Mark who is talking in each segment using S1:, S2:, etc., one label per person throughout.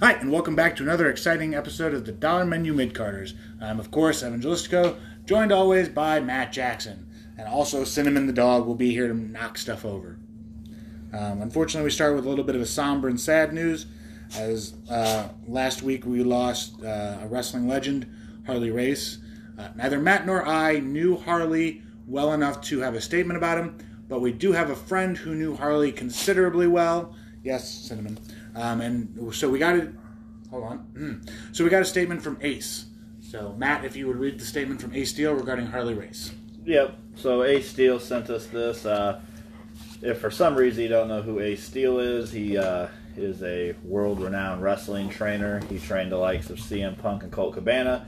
S1: Hi, and welcome back to another exciting episode of the Dollar Menu Mid Carters. I'm, of course, Evan Jalisco, joined always by Matt Jackson. And also, Cinnamon the dog will be here to knock stuff over. Um, unfortunately, we start with a little bit of a somber and sad news, as uh, last week we lost uh, a wrestling legend, Harley Race. Uh, neither Matt nor I knew Harley well enough to have a statement about him, but we do have a friend who knew Harley considerably well. Yes, cinnamon. Um, and so we got it. Hold on. Mm. So we got a statement from Ace. So Matt, if you would read the statement from Ace Steele regarding Harley Race.
S2: Yep. So Ace Steele sent us this. Uh, if for some reason you don't know who Ace Steele is, he uh, is a world-renowned wrestling trainer. He trained the likes of CM Punk and Colt Cabana.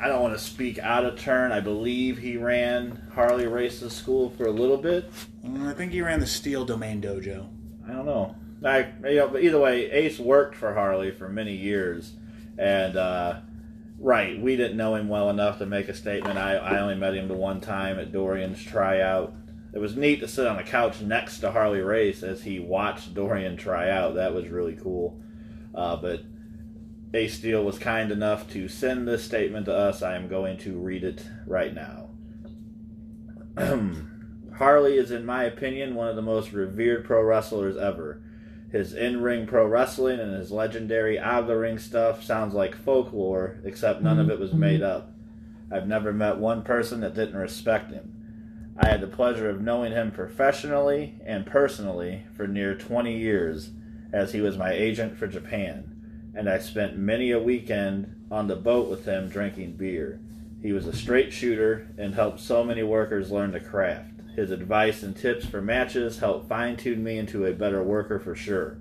S2: I don't want to speak out of turn. I believe he ran Harley Race's school for a little bit.
S1: Uh, I think he ran the Steel Domain Dojo.
S2: I don't know. I, you know, but either way, Ace worked for Harley for many years, and uh, right, we didn't know him well enough to make a statement. I, I only met him the one time at Dorian's tryout. It was neat to sit on the couch next to Harley Race as he watched Dorian try out. That was really cool. Uh, but Ace Steele was kind enough to send this statement to us. I am going to read it right now. Harley is, in my opinion, one of the most revered pro wrestlers ever. His in ring pro wrestling and his legendary out of the ring stuff sounds like folklore, except none of it was made up. I've never met one person that didn't respect him. I had the pleasure of knowing him professionally and personally for near 20 years, as he was my agent for Japan, and I spent many a weekend on the boat with him drinking beer. He was a straight shooter and helped so many workers learn the craft. His advice and tips for matches helped fine tune me into a better worker for sure.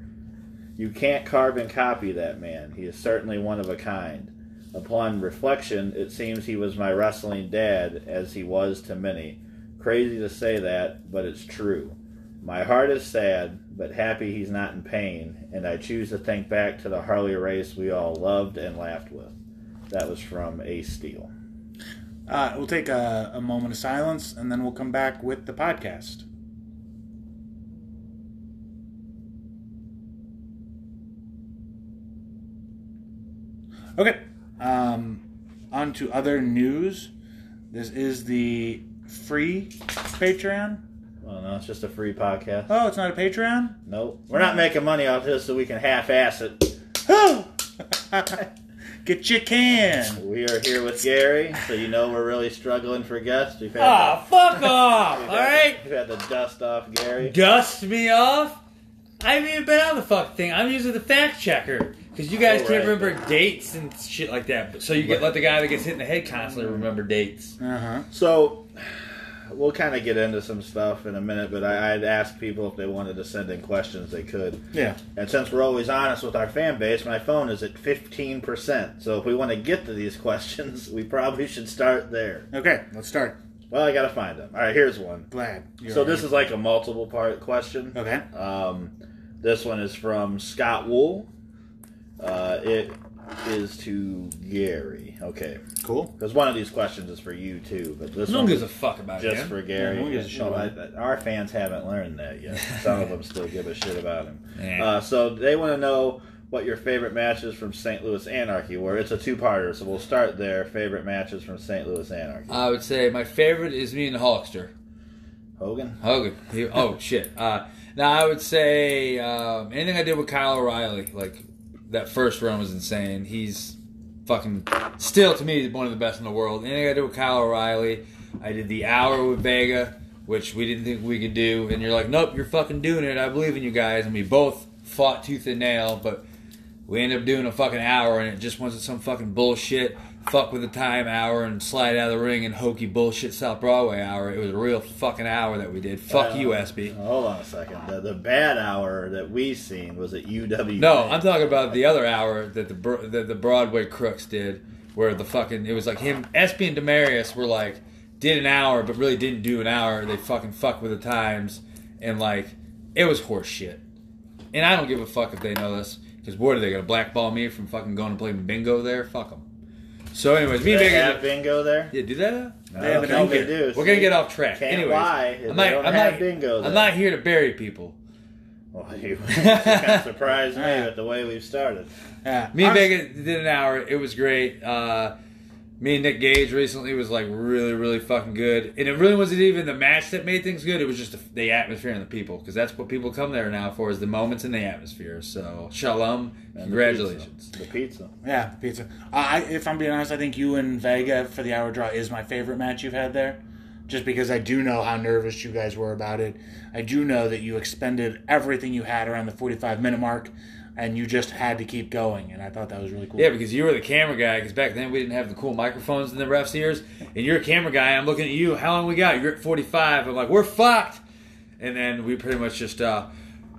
S2: You can't carve and copy that man. He is certainly one of a kind. Upon reflection, it seems he was my wrestling dad, as he was to many. Crazy to say that, but it's true. My heart is sad, but happy he's not in pain, and I choose to think back to the Harley race we all loved and laughed with. That was from Ace Steele.
S1: Uh, we'll take a, a moment of silence and then we'll come back with the podcast. Okay, um, on to other news. This is the free Patreon.
S2: Well, no, it's just a free podcast.
S1: Oh, it's not a Patreon?
S2: Nope. We're not making money off this so we can half ass it.
S1: Whew! Get your can!
S2: We are here with Gary, so you know we're really struggling for guests. We've had,
S3: Ah, fuck off!
S2: to, we've
S3: All
S2: had to-
S3: right,
S2: we've had to dust off Gary.
S3: dust me off. I haven't even been on the fuck thing. I'm usually the fact checker because you guys
S2: Oh,
S3: can't
S2: right.
S3: remember dates and shit like that. So you get let the guy that gets hit in the head constantly remember dates.
S1: Uh huh.
S2: So we'll kind of get into some stuff in a minute, but I, I'd asked people if they wanted to send in questions, they could.
S1: Yeah.
S2: And since we're always honest with our fan base, my phone is at 15%. So if we want to get to these questions, we probably should start there.
S1: Okay, let's start.
S2: Well, I got to find them. All right, here's one.
S1: Glad. you're
S2: So this
S1: here.
S2: is like a multiple part question.
S1: Okay.
S2: Um, this one is from Scott Wool. Uh, it is to Gary. Okay.
S1: Cool.
S2: Because one of these questions is for you too, but this
S3: No
S2: one
S3: one gives a fuck about
S2: just
S3: him.
S2: for
S1: Yeah,
S2: Gary.
S1: no one gives a shit
S2: No,
S1: about
S2: I- our fans haven't learned that yet. Some of them still give a shit about him.
S3: Eh.
S2: Uh, so they want to know what your favorite matches from St. Louis Anarchy were. It's a two-parter, so we'll start there. Favorite matches from St. Louis Anarchy.
S3: I would say my favorite is me and the Hulkster.
S2: Hogan.
S3: Hogan. He- oh shit. Uh, now I would say um, anything I did with Kyle O'Reilly, like that first run was insane. He's fucking still to me one of the best in the world. Anything I did with Kyle O'Reilly, I did the hour with Vega, which we didn't think we could do, and you're like, nope, you're fucking doing it. I believe in you guys, and we both fought tooth and nail, but. We ended up doing a fucking hour, and it just wasn't some fucking bullshit fuck with the time hour and slide out of the ring and hokey bullshit South Broadway hour. It was a real fucking hour that we did. Fuck
S2: Uh,
S3: you, SB.
S2: Hold on a second. The, the bad hour that we seen was at UW.
S3: No, I'm talking about the other hour that the Bro- that the Broadway crooks did, where the fucking it was like him, SB and Demarius were like did an hour, but really didn't do an hour. They fucking fuck with the times, and like it was horse shit. And I don't give a fuck if they know this, because what are they gonna blackball me from fucking going to play bingo there? Fuck them. So, anyways,
S2: Did
S3: me and
S2: they
S3: Bingo.
S2: have bingo there?
S3: Yeah, do that. uh?
S2: No,
S1: They have
S2: that's
S1: an
S2: all they
S1: open.
S2: do.
S3: We're gonna
S2: See?
S3: get off track.
S2: Can't
S3: Anyways,
S2: lie if
S3: I'm
S2: they
S3: not,
S2: don't
S3: I'm
S2: have
S3: not,
S2: bingo
S3: I'm
S2: there.
S3: not here to bury people.
S2: Well, you kind of surprised me with the way we've started.
S1: Yeah.
S3: Me and
S1: Honest-
S3: Vega did an hour. It was great. Uh, me and Nick Gage recently was like really, really fucking good. And it really wasn't even the match that made things good. It was just the, the atmosphere and the people, because that's what people come there now for—is the moments and the atmosphere. So shalom,
S2: And the
S3: congratulations.
S2: pizza. The pizza.
S1: Yeah, pizza. I, I, if I'm being honest, I think you and Vega for the hour draw is my favorite match you've had there, just because I do know how nervous you guys were about it. I do know that you expended everything you had around the 45 minute mark, and you just had to keep going. And I thought that was really cool.
S3: Yeah, because you were the camera guy. Because back then we didn't have the cool microphones in the refs' ears, and you're a camera guy. I'm looking at you. How long we got? You're at 45. I'm like, we're fucked. And then we pretty much just uh,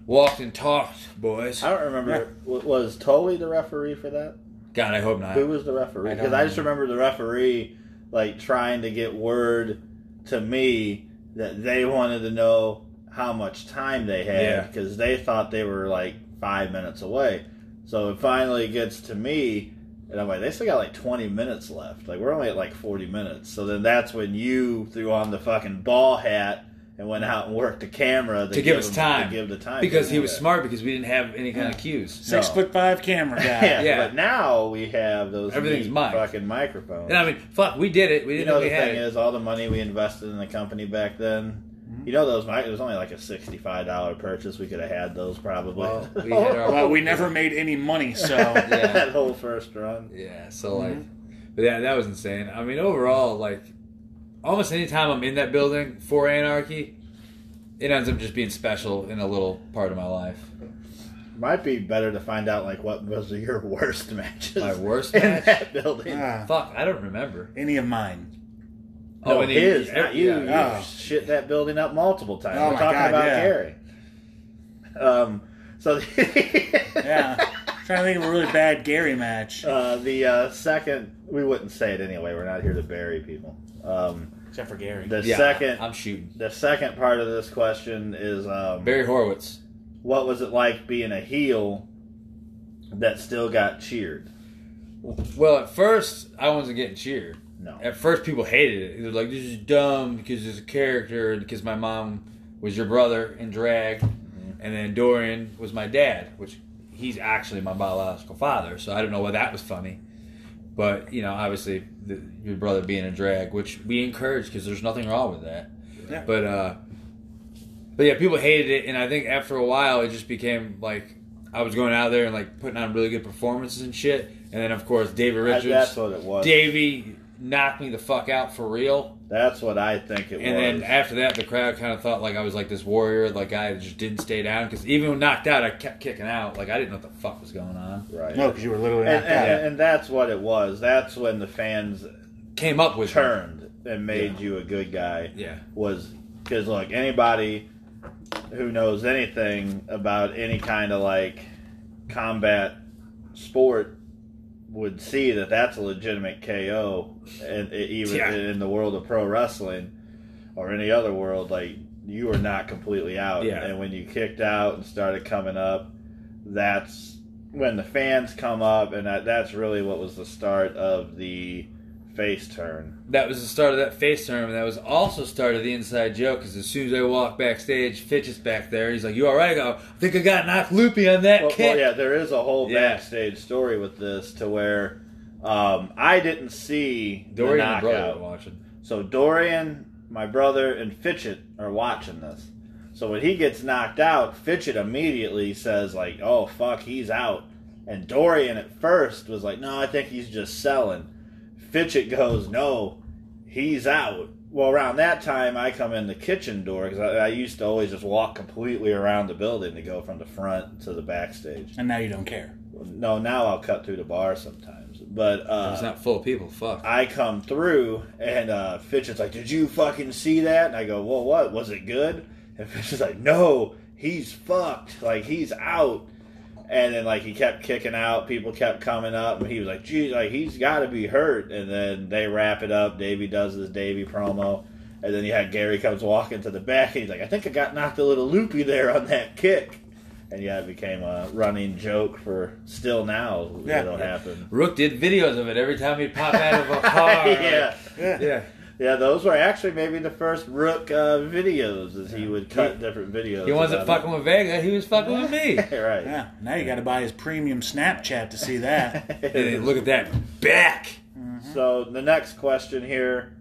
S3: walked and talked, boys.
S2: I don't remember. w Was Tully the referee for that?
S3: God, I hope not.
S2: Who was the referee?
S1: I don't
S2: Because I just remember the referee like trying to get word to me that they wanted to know how much time they
S3: Yeah.
S2: had because they thought they were like five minutes away. So it finally gets to me, and I'm like, they still got like 20 minutes left. Like we're only at like 40 minutes. So then that's when you threw on the fucking ball hat and went out and worked the camera
S3: To give us
S2: them-
S3: time.
S2: To give the time
S3: Because he
S2: Yeah.
S3: was smart because we didn't have any kind of cues.
S1: Six
S2: No.
S1: foot five camera guy.
S2: Yeah,
S3: Yeah.
S2: but now we have those
S3: Everything's
S2: neat
S3: mic'd.
S2: fucking microphones.
S3: And I mean, fuck, we did it. We
S2: You
S3: didn't
S2: know
S3: know
S2: the
S3: we had
S2: thing
S3: it.
S2: is, all the money we invested in the company back then.
S1: Mm-hmm.
S2: You know those. mic- It was only like a sixty-five dollar purchase. We could have had those probably.
S3: Well, we had our-
S1: Well, we never made any money, so
S3: Yeah.
S2: that whole first run.
S3: Yeah, so
S2: Mm-hmm.
S3: like, but yeah, that was insane. I mean, overall, like, almost any time I'm in that building for Anarchy, it ends up just being special in a little part of my life.
S2: Might be better to find out like what was your worst matches.
S3: My worst
S2: in
S3: match?
S2: that building.
S1: Ah,
S3: Fuck, I don't remember.
S1: any of mine.
S2: No,
S3: and he-
S2: his, not you.
S3: Oh, yeah.
S1: yeah.
S2: You
S1: Oh.
S2: shit that building up multiple times.
S1: Oh
S2: We're
S1: my
S2: talking
S1: God,
S2: about
S1: yeah.
S2: Gary. Um. So.
S1: Yeah, trying to think of a really bad Gary match,
S2: Uh, the uh, second, we wouldn't say it anyway. We're not here to bury people. Um,
S1: except for Gary.
S2: the
S3: Yeah,
S2: second,
S3: I'm shooting.
S2: the second part of this question is, um,
S3: Barry Horowitz.
S2: what was it like being a heel that still got cheered?
S3: Well, at first, I wasn't getting cheered.
S2: No,
S3: At first, people hated it. They're like, "This is dumb because it's a character, and because my mom was your brother in drag,
S2: Mm-hmm.
S3: and then Dorian was my dad, which he's actually my biological father." So I don't know why that was funny, but you know, obviously, the, your brother being in drag, which we encourage because there's nothing wrong with that.
S1: Yeah.
S3: But uh, but yeah, people hated it, and I think after a while, it just became like I was going out there and like putting on really good performances and shit, and then of course David
S2: That-
S3: Richards.
S2: that's what it was.
S3: Davey knocked me the fuck out for real.
S2: That's what I think it
S3: And
S2: was.
S3: then after that, the crowd kind of thought like I was like this warrior, like I just didn't stay down because even when knocked out, I kept kicking out. Like I didn't know what the fuck was going on.
S2: right.
S1: No, because you were literally
S2: and,
S1: knocked out.
S2: and, and that's what it was. That's when the fans
S3: Came up with me.
S2: turned and made you a good guy.
S3: Yeah.
S2: was because look anybody who knows anything about any kind of like combat sport would see that that's a legitimate KO, and it- even
S3: Yeah.
S2: in the world of pro wrestling or any other world, like you were not completely out.
S3: Yeah.
S2: And when you kicked out and started coming up, that's when the fans come up, and that, that's really what was the start of the face turn.
S3: That was the start of that face turn, and that was also started the inside joke. Because as soon as I walk backstage, Fitch is back there. He's like, "You all right?" I go, "I think I got knocked loopy on that
S2: Well,
S3: kick."
S2: well, yeah, there is a whole
S3: Yeah.
S2: backstage story with this to where um, I didn't see
S3: Dorian
S2: the
S3: and brother were
S2: knockout.
S3: watching.
S2: So Dorian, my brother, and Fitchett are watching this. So when he gets knocked out, Fitchett immediately says like, "Oh fuck, he's out." And Dorian at first was like, "No, I think he's just selling." Fitchett goes, "No, he's out." Well, around that time, I come in the kitchen door because I, I used to always just walk completely around the building to go from the front to the backstage.
S1: and now you don't care.
S2: No, now I'll cut through the bar sometimes. But
S3: It was
S2: uh,
S3: not full of people. Fuck.
S2: I come through, and uh, Fitch is like, "Did you fucking see that?" And I go, "Well, what was it good?" And Fitch is like, "No, he's fucked. Like he's out." And then like he kept kicking out, people kept coming up, and he was like, "Geez, like he's got to be hurt." And then they wrap it up. Davey does his Davey promo, and then you had Gary comes walking to the back, and he's like, "I think I got knocked a little loopy there on that kick." And yeah, it became a running joke for still now.
S1: Yeah.
S2: it'll happen.
S3: Rook did videos of it every time he'd pop out of a car.
S2: yeah.
S1: Yeah.
S3: Yeah.
S2: Yeah, those were actually maybe the first Rook uh, videos, as he would cut different videos.
S3: He wasn't
S2: about
S3: fucking with Vega. He was fucking with
S2: it.
S3: me.
S2: right.
S1: Yeah, now you got to buy his premium Snapchat to see that.
S3: And look at that back.
S2: So the next question here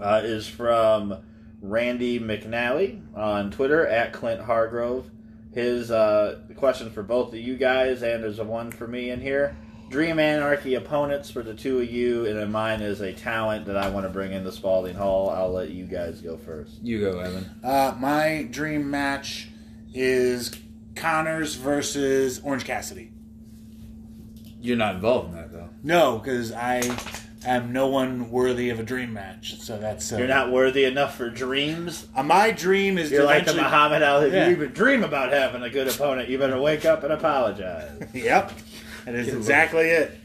S2: uh, is from Randy McNally on Twitter at Clint Hargrove. His uh, question for both of you guys, and there's a one for me in here. Dream Anarchy opponents for the two of you, and then mine is a talent that I want to bring into Spalding Hall. I'll let you guys go first.
S3: You go, Evan.
S1: Uh, my dream match is Connors versus Orange Cassidy.
S3: You're not involved in that though.
S1: No, because I am no one worthy of a dream match. So that's uh,
S2: You're not worthy enough for dreams.
S1: Uh, my dream is
S2: You're
S1: to
S2: like the
S1: eventually-
S2: Muhammad Ali.
S1: Yeah.
S2: If you even dream about having a good opponent, you better wake up and apologize.
S1: Yep, that is exactly it.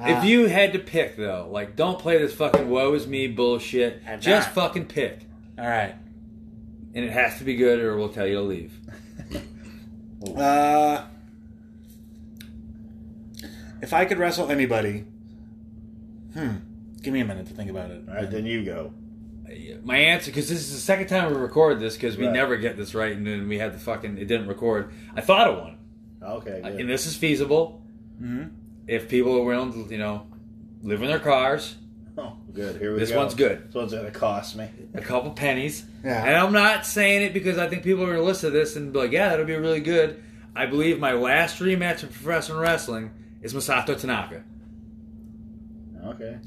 S3: if you had to pick though, like don't play this fucking woe is me bullshit.
S1: I'm
S3: Just
S1: not.
S3: fucking pick.
S1: All right.
S3: And it has to be good or we'll tell you to leave.
S1: Uh, if I could wrestle anybody, hmm. Give me a minute to think about it.
S2: All right, then you go.
S3: My answer, because this is the second time we record this, because we
S2: Right.
S3: never get this right, and then we had the fucking it didn't record. I thought of one,
S2: Okay. Good.
S3: and this is feasible if people are willing to, you know, live in their cars,
S2: Oh, good. Here we
S3: This
S2: go.
S3: one's good.
S2: This one's gonna cost me.
S3: a couple pennies.
S1: Yeah.
S3: And I'm not saying it because I think people are going to listen to this and be like, yeah, that'll be really good. I believe my last rematch in professional wrestling is Masato Tanaka.
S2: Okay.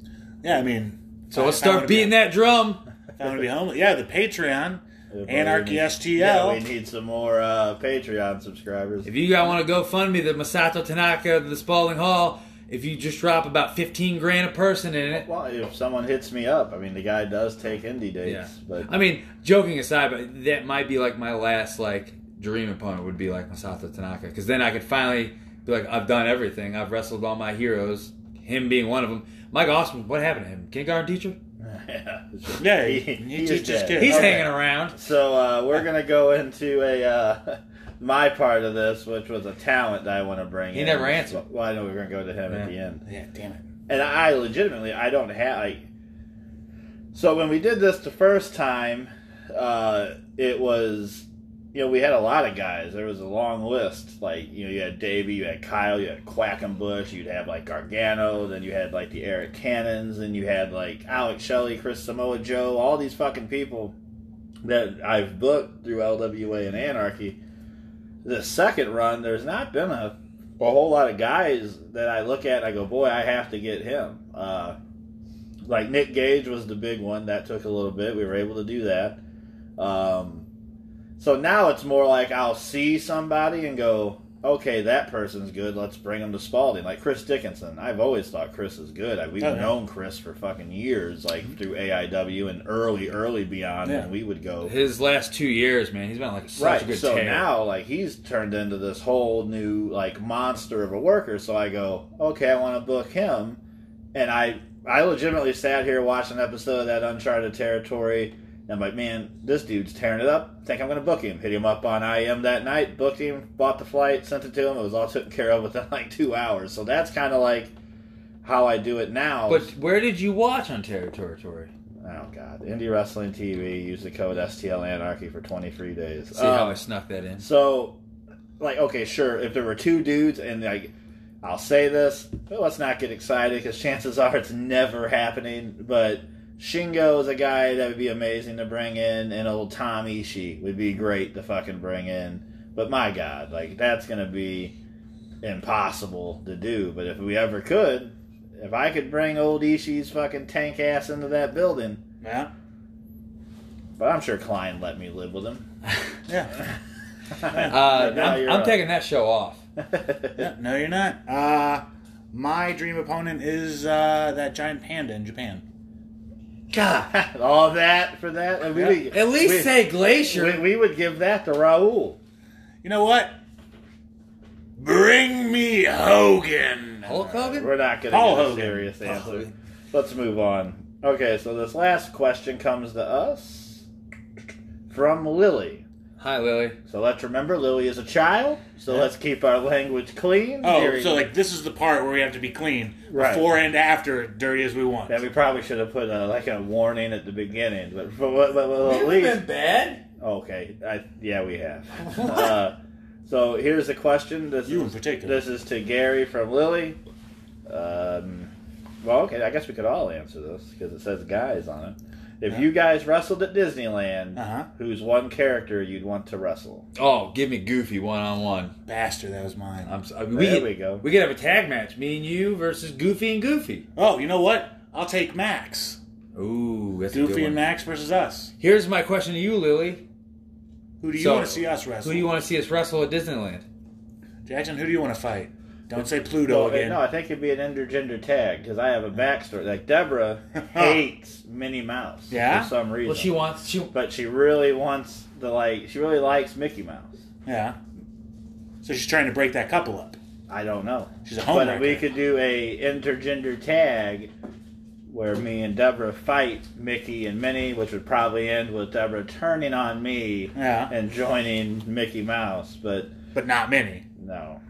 S1: Yeah, I mean,
S3: So let's start beating that drum.
S1: I want to be homeless. Yeah, the Patreon,
S2: Yeah,
S1: Anarchy
S2: but we need-
S1: STL.
S2: Yeah, we need some more uh, Patreon subscribers.
S3: If you guys want to go fund me the Masato Tanaka, the Spalding Hall, if you just drop about 15 grand a person in it,
S2: well, if someone hits me up, I mean, the guy does take indie dates,
S3: Yeah.
S2: but
S3: I mean, joking aside, but that might be like my last like dream opponent would be like Masato Tanaka because then I could finally be like, I've done everything. I've wrestled all my heroes. Him being one of them. Mike Austin, what happened to him? Kindergarten teacher?
S2: yeah,
S1: Yeah,
S2: he,
S1: he- he
S2: is
S1: teaches
S2: dead.
S1: kids.
S3: He's
S1: Okay.
S3: hanging around.
S2: So uh, we're gonna go into a uh, my part of this, which was a talent that I want to bring.
S3: He
S2: in.
S3: never answered.
S2: Well, I know we are gonna go to him at the
S3: Yeah.
S2: end.
S1: Yeah, damn it.
S2: and I legitimately I don't have like. So when we did this the first time, uh, it was you know we had a lot of guys. There was a long list. Like you know you had Davey, you had Kyle, you had Quackenbush, you'd have like Gargano, then you had like the Eric Cannons, and you had like Alex Shelley, Chris Samoa Joe, all these fucking people that I've booked through LWA and Anarchy. The second run, there's not been a a whole lot of guys that I look at and I go, boy, I have to get him. Uh, like Nick Gage was the big one that took a little bit. We were able to do that. Um, so now it's more like I'll see somebody and go, okay, that person's good. Let's bring him to Spalding. Like Chris Dickinson, I've always thought Chris is good. I, we've
S1: Oh, yeah.
S2: known Chris for fucking years, like through AIW and early, early beyond
S1: Yeah.
S2: when we would go.
S3: His last two years, man, he's been like such a
S2: Right.
S3: good
S2: So
S3: tear.
S2: now, like, he's turned into this whole new like monster of a worker. So I go, okay, I want to book him, and I I legitimately sat here watching an episode of that Uncharted Territory. And I'm like, man, this dude's tearing it up. Think I'm gonna book him. Hit him up on IM that night. Booked him. Bought the flight. Sent it to him. It was all taken care of within like two hours. So that's kind of like how I do it now.
S3: But where did you watch on Terror Territory?
S2: oh god, indie wrestling TV. Use the code STL Anarchy for 23 days.
S3: See
S2: Um,
S3: how I snuck that in.
S2: so, like, okay, sure. If there were two dudes, and like, I'll say this, but let's not get excited because chances are it's never happening. But Shingo is a guy that would be amazing to bring in, and old Tom Ishii would be great to fucking bring in. But my God, like, that's gonna be impossible to do. But if we ever could, if I could bring old Ishii's fucking tank ass into that building,
S1: Yeah,
S2: but I'm sure Klein let me live with him.
S1: yeah.
S3: Uh,
S2: now
S3: I'm,
S2: you're
S3: I'm
S2: up.
S3: taking that show off.
S1: yeah. No, you're not. Uh, my dream opponent is uh, that giant panda in Japan.
S2: God, all that for that. And we,
S1: Yeah.
S2: would-
S3: At least
S2: we,
S3: say Glacier.
S2: we, we would give that to Raul.
S1: You know what? Bring me Hogan.
S3: Hulk Hogan?
S2: We're not going to
S1: Paul
S2: get a
S1: Hogan.
S2: serious
S3: Paul
S2: answer.
S3: Hogan.
S2: Let's move on. Okay, so this last question comes to us from Lily,
S3: Hi, Lily.
S2: So let's remember Lily is a child, so let's keep our language clean.
S1: Oh,
S2: during-
S1: so like this is the part where we have to be clean
S2: Right.
S1: before and after, dirty as we want.
S2: Yeah, we probably should have put a, like a warning at the beginning, but, but, but, but- but at
S4: We've
S2: least
S4: been bad.
S2: okay, I, yeah, we have. uh, so here's the question. This
S1: You in
S2: is,
S1: particular.
S2: This is to Gary from Lily. Um, well, okay, I guess we could all answer this because it says guys on it. If you guys wrestled at Disneyland,
S1: Uh-huh.
S2: who's one character you'd want to wrestle?
S3: Oh, give me Goofy one on one.
S1: Bastard, that was mine.
S3: I'm. So, I mean, we
S2: There
S3: could,
S2: we
S3: we,
S2: go.
S3: could have a tag match. Me and you versus Goofy and Goofy.
S1: oh, you know what? I'll take Max.
S3: Ooh, that's a good
S1: Goofy
S3: one.
S1: and Max versus us.
S3: Here's my question to you, Lily.
S1: Who do you
S3: So,
S1: want to see us wrestle?
S3: Who do you want to see us wrestle at Disneyland?
S1: Jackson, who do you want to fight? Don't say Pluto
S2: Well,
S1: again.
S2: no, I think it'd be an intergender tag because I have a backstory. Like Deborah hates Minnie Mouse
S1: Yeah?
S2: for some reason.
S3: Well, she wants. She
S2: but she really wants the like. She really likes Mickey Mouse.
S1: Yeah. So she's trying to break that couple up.
S2: I don't know.
S1: She's a
S2: But
S1: homewrecker.
S2: if we could do a intergender tag where me and Deborah fight Mickey and Minnie, which would probably end with Deborah turning on me
S1: Yeah.
S2: and joining Mickey Mouse. But
S1: but not many.
S2: no,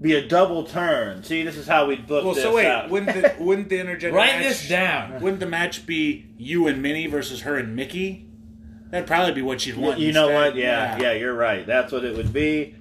S2: be a double turn. See, this is how we'd book
S1: Well,
S2: this
S1: so wait,
S2: out.
S1: wouldn't the wouldn't the intergender
S3: write
S1: match,
S3: this down.
S1: Wouldn't the match be you and Minnie versus her and Mickey? That'd probably be what she'd want.
S2: you know
S1: instead.
S2: what? Yeah, yeah, you're right. That's what it would be.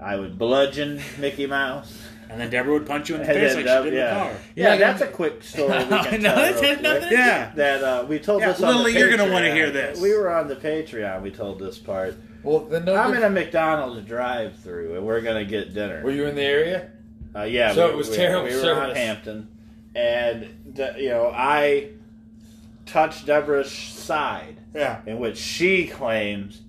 S2: I would bludgeon Mickey Mouse.
S1: And then Deborah would punch you in the
S2: And
S1: face like
S2: then Deb-
S1: she did in the
S2: yeah,
S1: car.
S2: yeah,
S3: You're not
S2: that's a quick story. We
S3: No,
S2: can
S3: no,
S2: tell real
S3: it has
S2: quick.
S3: nothing to
S1: Yeah.
S2: that uh, we told
S1: Yeah,
S2: this on
S1: Lily,
S2: the
S1: you're gonna
S2: Patreon.
S1: wanna hear this.
S2: We were on the Patreon. We told this part.
S3: Well, then no.
S2: I'm in a McDonald's drive-through, and we're gonna get
S3: Were
S2: dinner.
S3: you in the area?
S2: Uh, yeah,
S3: So
S2: we-
S3: it was
S2: we-
S3: terrible
S2: We were on
S3: service.
S2: Hampton, and the, you know I touched Deborah's side,
S1: Yeah.
S2: in which she claims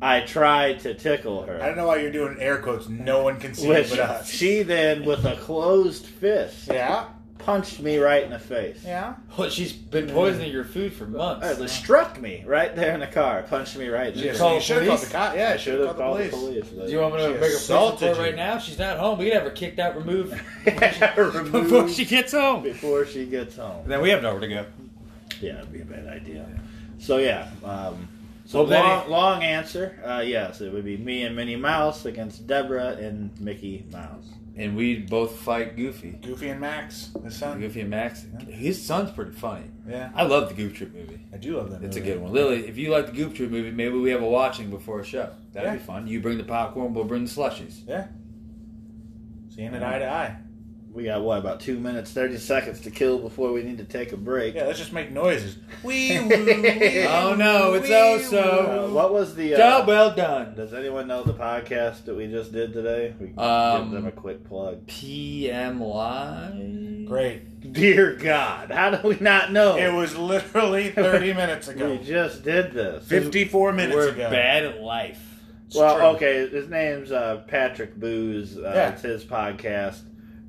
S2: I tried to tickle her.
S1: know why you're doing air quotes. No one can see
S2: Which she then, with a closed fist,
S1: Yeah.
S2: punched me right in the face.
S1: Yeah.
S3: Well, she's been poisoning your food for months.
S2: Uh, it struck me right there in the car. Punched me right. in the
S3: Yeah.
S2: face.
S3: call the police?
S1: cop. Yeah,
S2: I should have called the police.
S3: Do you want me to
S1: She
S3: make a police
S1: assaulted
S3: report
S1: you.
S3: right now? She's not home. We can have her kicked out, removed
S2: Remove
S3: before she gets home.
S2: before she gets home.
S3: Then we have nowhere to go.
S2: Yeah, that'd be a bad idea. So yeah. Um, so
S3: Well, then
S2: long,
S3: it-
S2: long answer. Uh, yes, it would be me and Minnie Mouse against Deborah and Mickey Mouse.
S3: And we both fight Goofy.
S1: Goofy and Max, the son.
S3: Goofy and Max. His son's pretty funny.
S1: Yeah,
S3: I love the Goof Troop movie.
S1: I do love that.
S3: It's a good one. Lily, if you like the Goof Troop movie, maybe we have a watching before a show. That'd be
S1: Yeah.
S3: fun. You bring the popcorn, we'll bring the slushies.
S1: Yeah. Seeing it eye to eye.
S2: We got what about two minutes thirty seconds to kill before we need to take a break.
S1: Yeah, let's just make noises. Wee
S3: Oh no, it's oh so.
S2: Uh, what was the? Uh,
S3: Job well done.
S2: does anyone know the podcast that we just did today? We can
S3: Um,
S2: give them a quick plug.
S3: PM Live.
S1: Great.
S2: Dear God, how do we not know?
S3: oh.
S1: It was literally 30 minutes ago.
S2: we just did this.
S1: 54 minutes
S3: We're
S1: ago.
S3: bad at life.
S1: It's
S2: well,
S1: true.
S2: okay, his name's uh, Patrick Booze. Uh,
S1: Yeah.
S2: It's his podcast.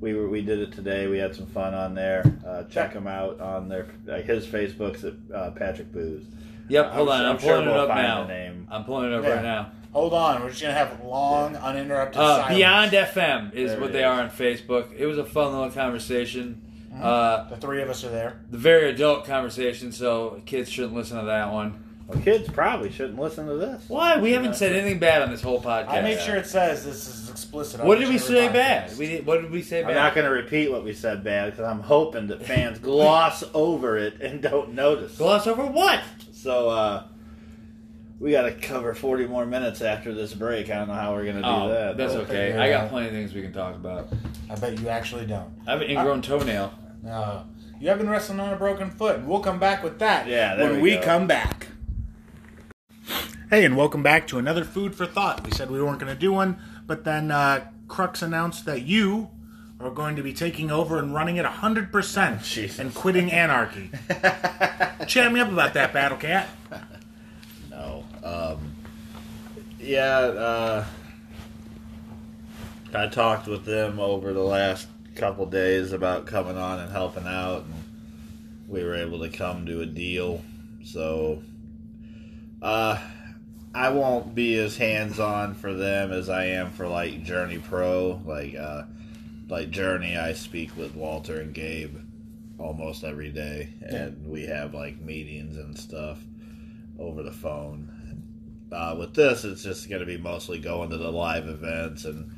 S2: We were, we did it today. We had some fun on there. Uh, check him out on their uh, his Facebook's at uh, Patrick Booze.
S3: Yep, hold on. I'm, pulling
S2: we'll
S3: it up
S2: find
S3: now.
S2: The name.
S3: I'm pulling it up
S1: Yeah.
S3: right now.
S1: Hold on. We're just going to have long, uninterrupted
S3: Uh,
S1: silence.
S3: Beyond FM is
S2: There
S3: what
S2: it
S3: they
S2: is.
S3: are on Facebook. It was a fun little conversation. Uh,
S1: The three of us are there.
S3: the very adult conversation, so kids shouldn't listen to that one.
S2: Well, kids probably shouldn't listen to this.
S3: Why? We haven't said anything bad on this whole podcast.
S1: I make sure it says this is explicit. on
S3: What
S1: each
S3: did we
S1: and every
S3: say
S1: podcast.
S3: bad? We did, what did we say
S2: I'm not
S3: bad?
S2: going to repeat what we said bad because I'm hoping that fans gloss over it and don't notice.
S3: Gloss over what?
S2: So uh we got to cover 40 more minutes after this break. I don't know how we're going to do
S3: Oh,
S2: that.
S3: that's
S2: but-
S3: okay. I got plenty of things we can talk about.
S1: I bet you actually don't.
S3: I have an ingrown toenail.
S1: No. Uh, You have been wrestling on a broken foot, and we'll come back with that
S2: Yeah, there
S1: when
S2: we
S1: we
S2: go.
S1: come back. Hey, and welcome back to another Food for Thought. We said we weren't going to do one, but then uh, Crux announced that you are going to be taking over and running it 100%
S2: Jesus.
S1: and quitting anarchy. Chat me up about that, Battle Cat.
S2: No. Um, yeah, uh, I talked with them over the last couple days about coming on and helping out, and we were able to come to a deal. So, uh, I won't be as hands on for them as I am for like Journey Pro. Like, uh, like Journey, I speak with Walter and Gabe almost every day, and we have like meetings and stuff over the phone. Uh, with this, it's just going to be mostly going to the live events and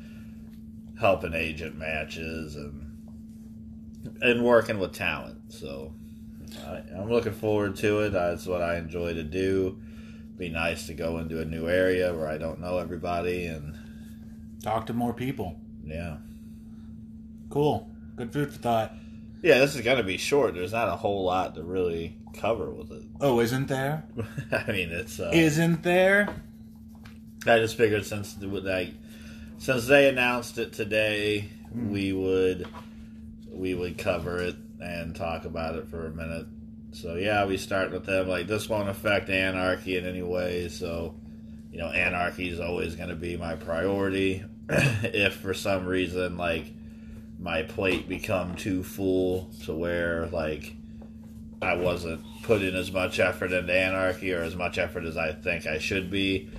S2: helping agent matches and and working with talent. So I, I'm looking forward to it. That's what I enjoy to do. Be nice to go into a new area where I don't know everybody, and
S1: Talk to more people.
S2: yeah,
S1: Cool. Good food for thought.
S2: yeah. This is going to be short. There's not a whole lot to really cover with it.
S1: Oh, isn't there?
S2: I mean, it's uh,
S1: Isn't there?
S2: I just figured since the- with like since they announced it today, we would we would cover it and talk about it for a minute. So yeah, we start with them. Like this won't affect anarchy in any way. So you know, anarchy is always going to be my priority. if for some reason like my plate become too full to where like I wasn't putting as much effort into anarchy or as much effort as I think I should be.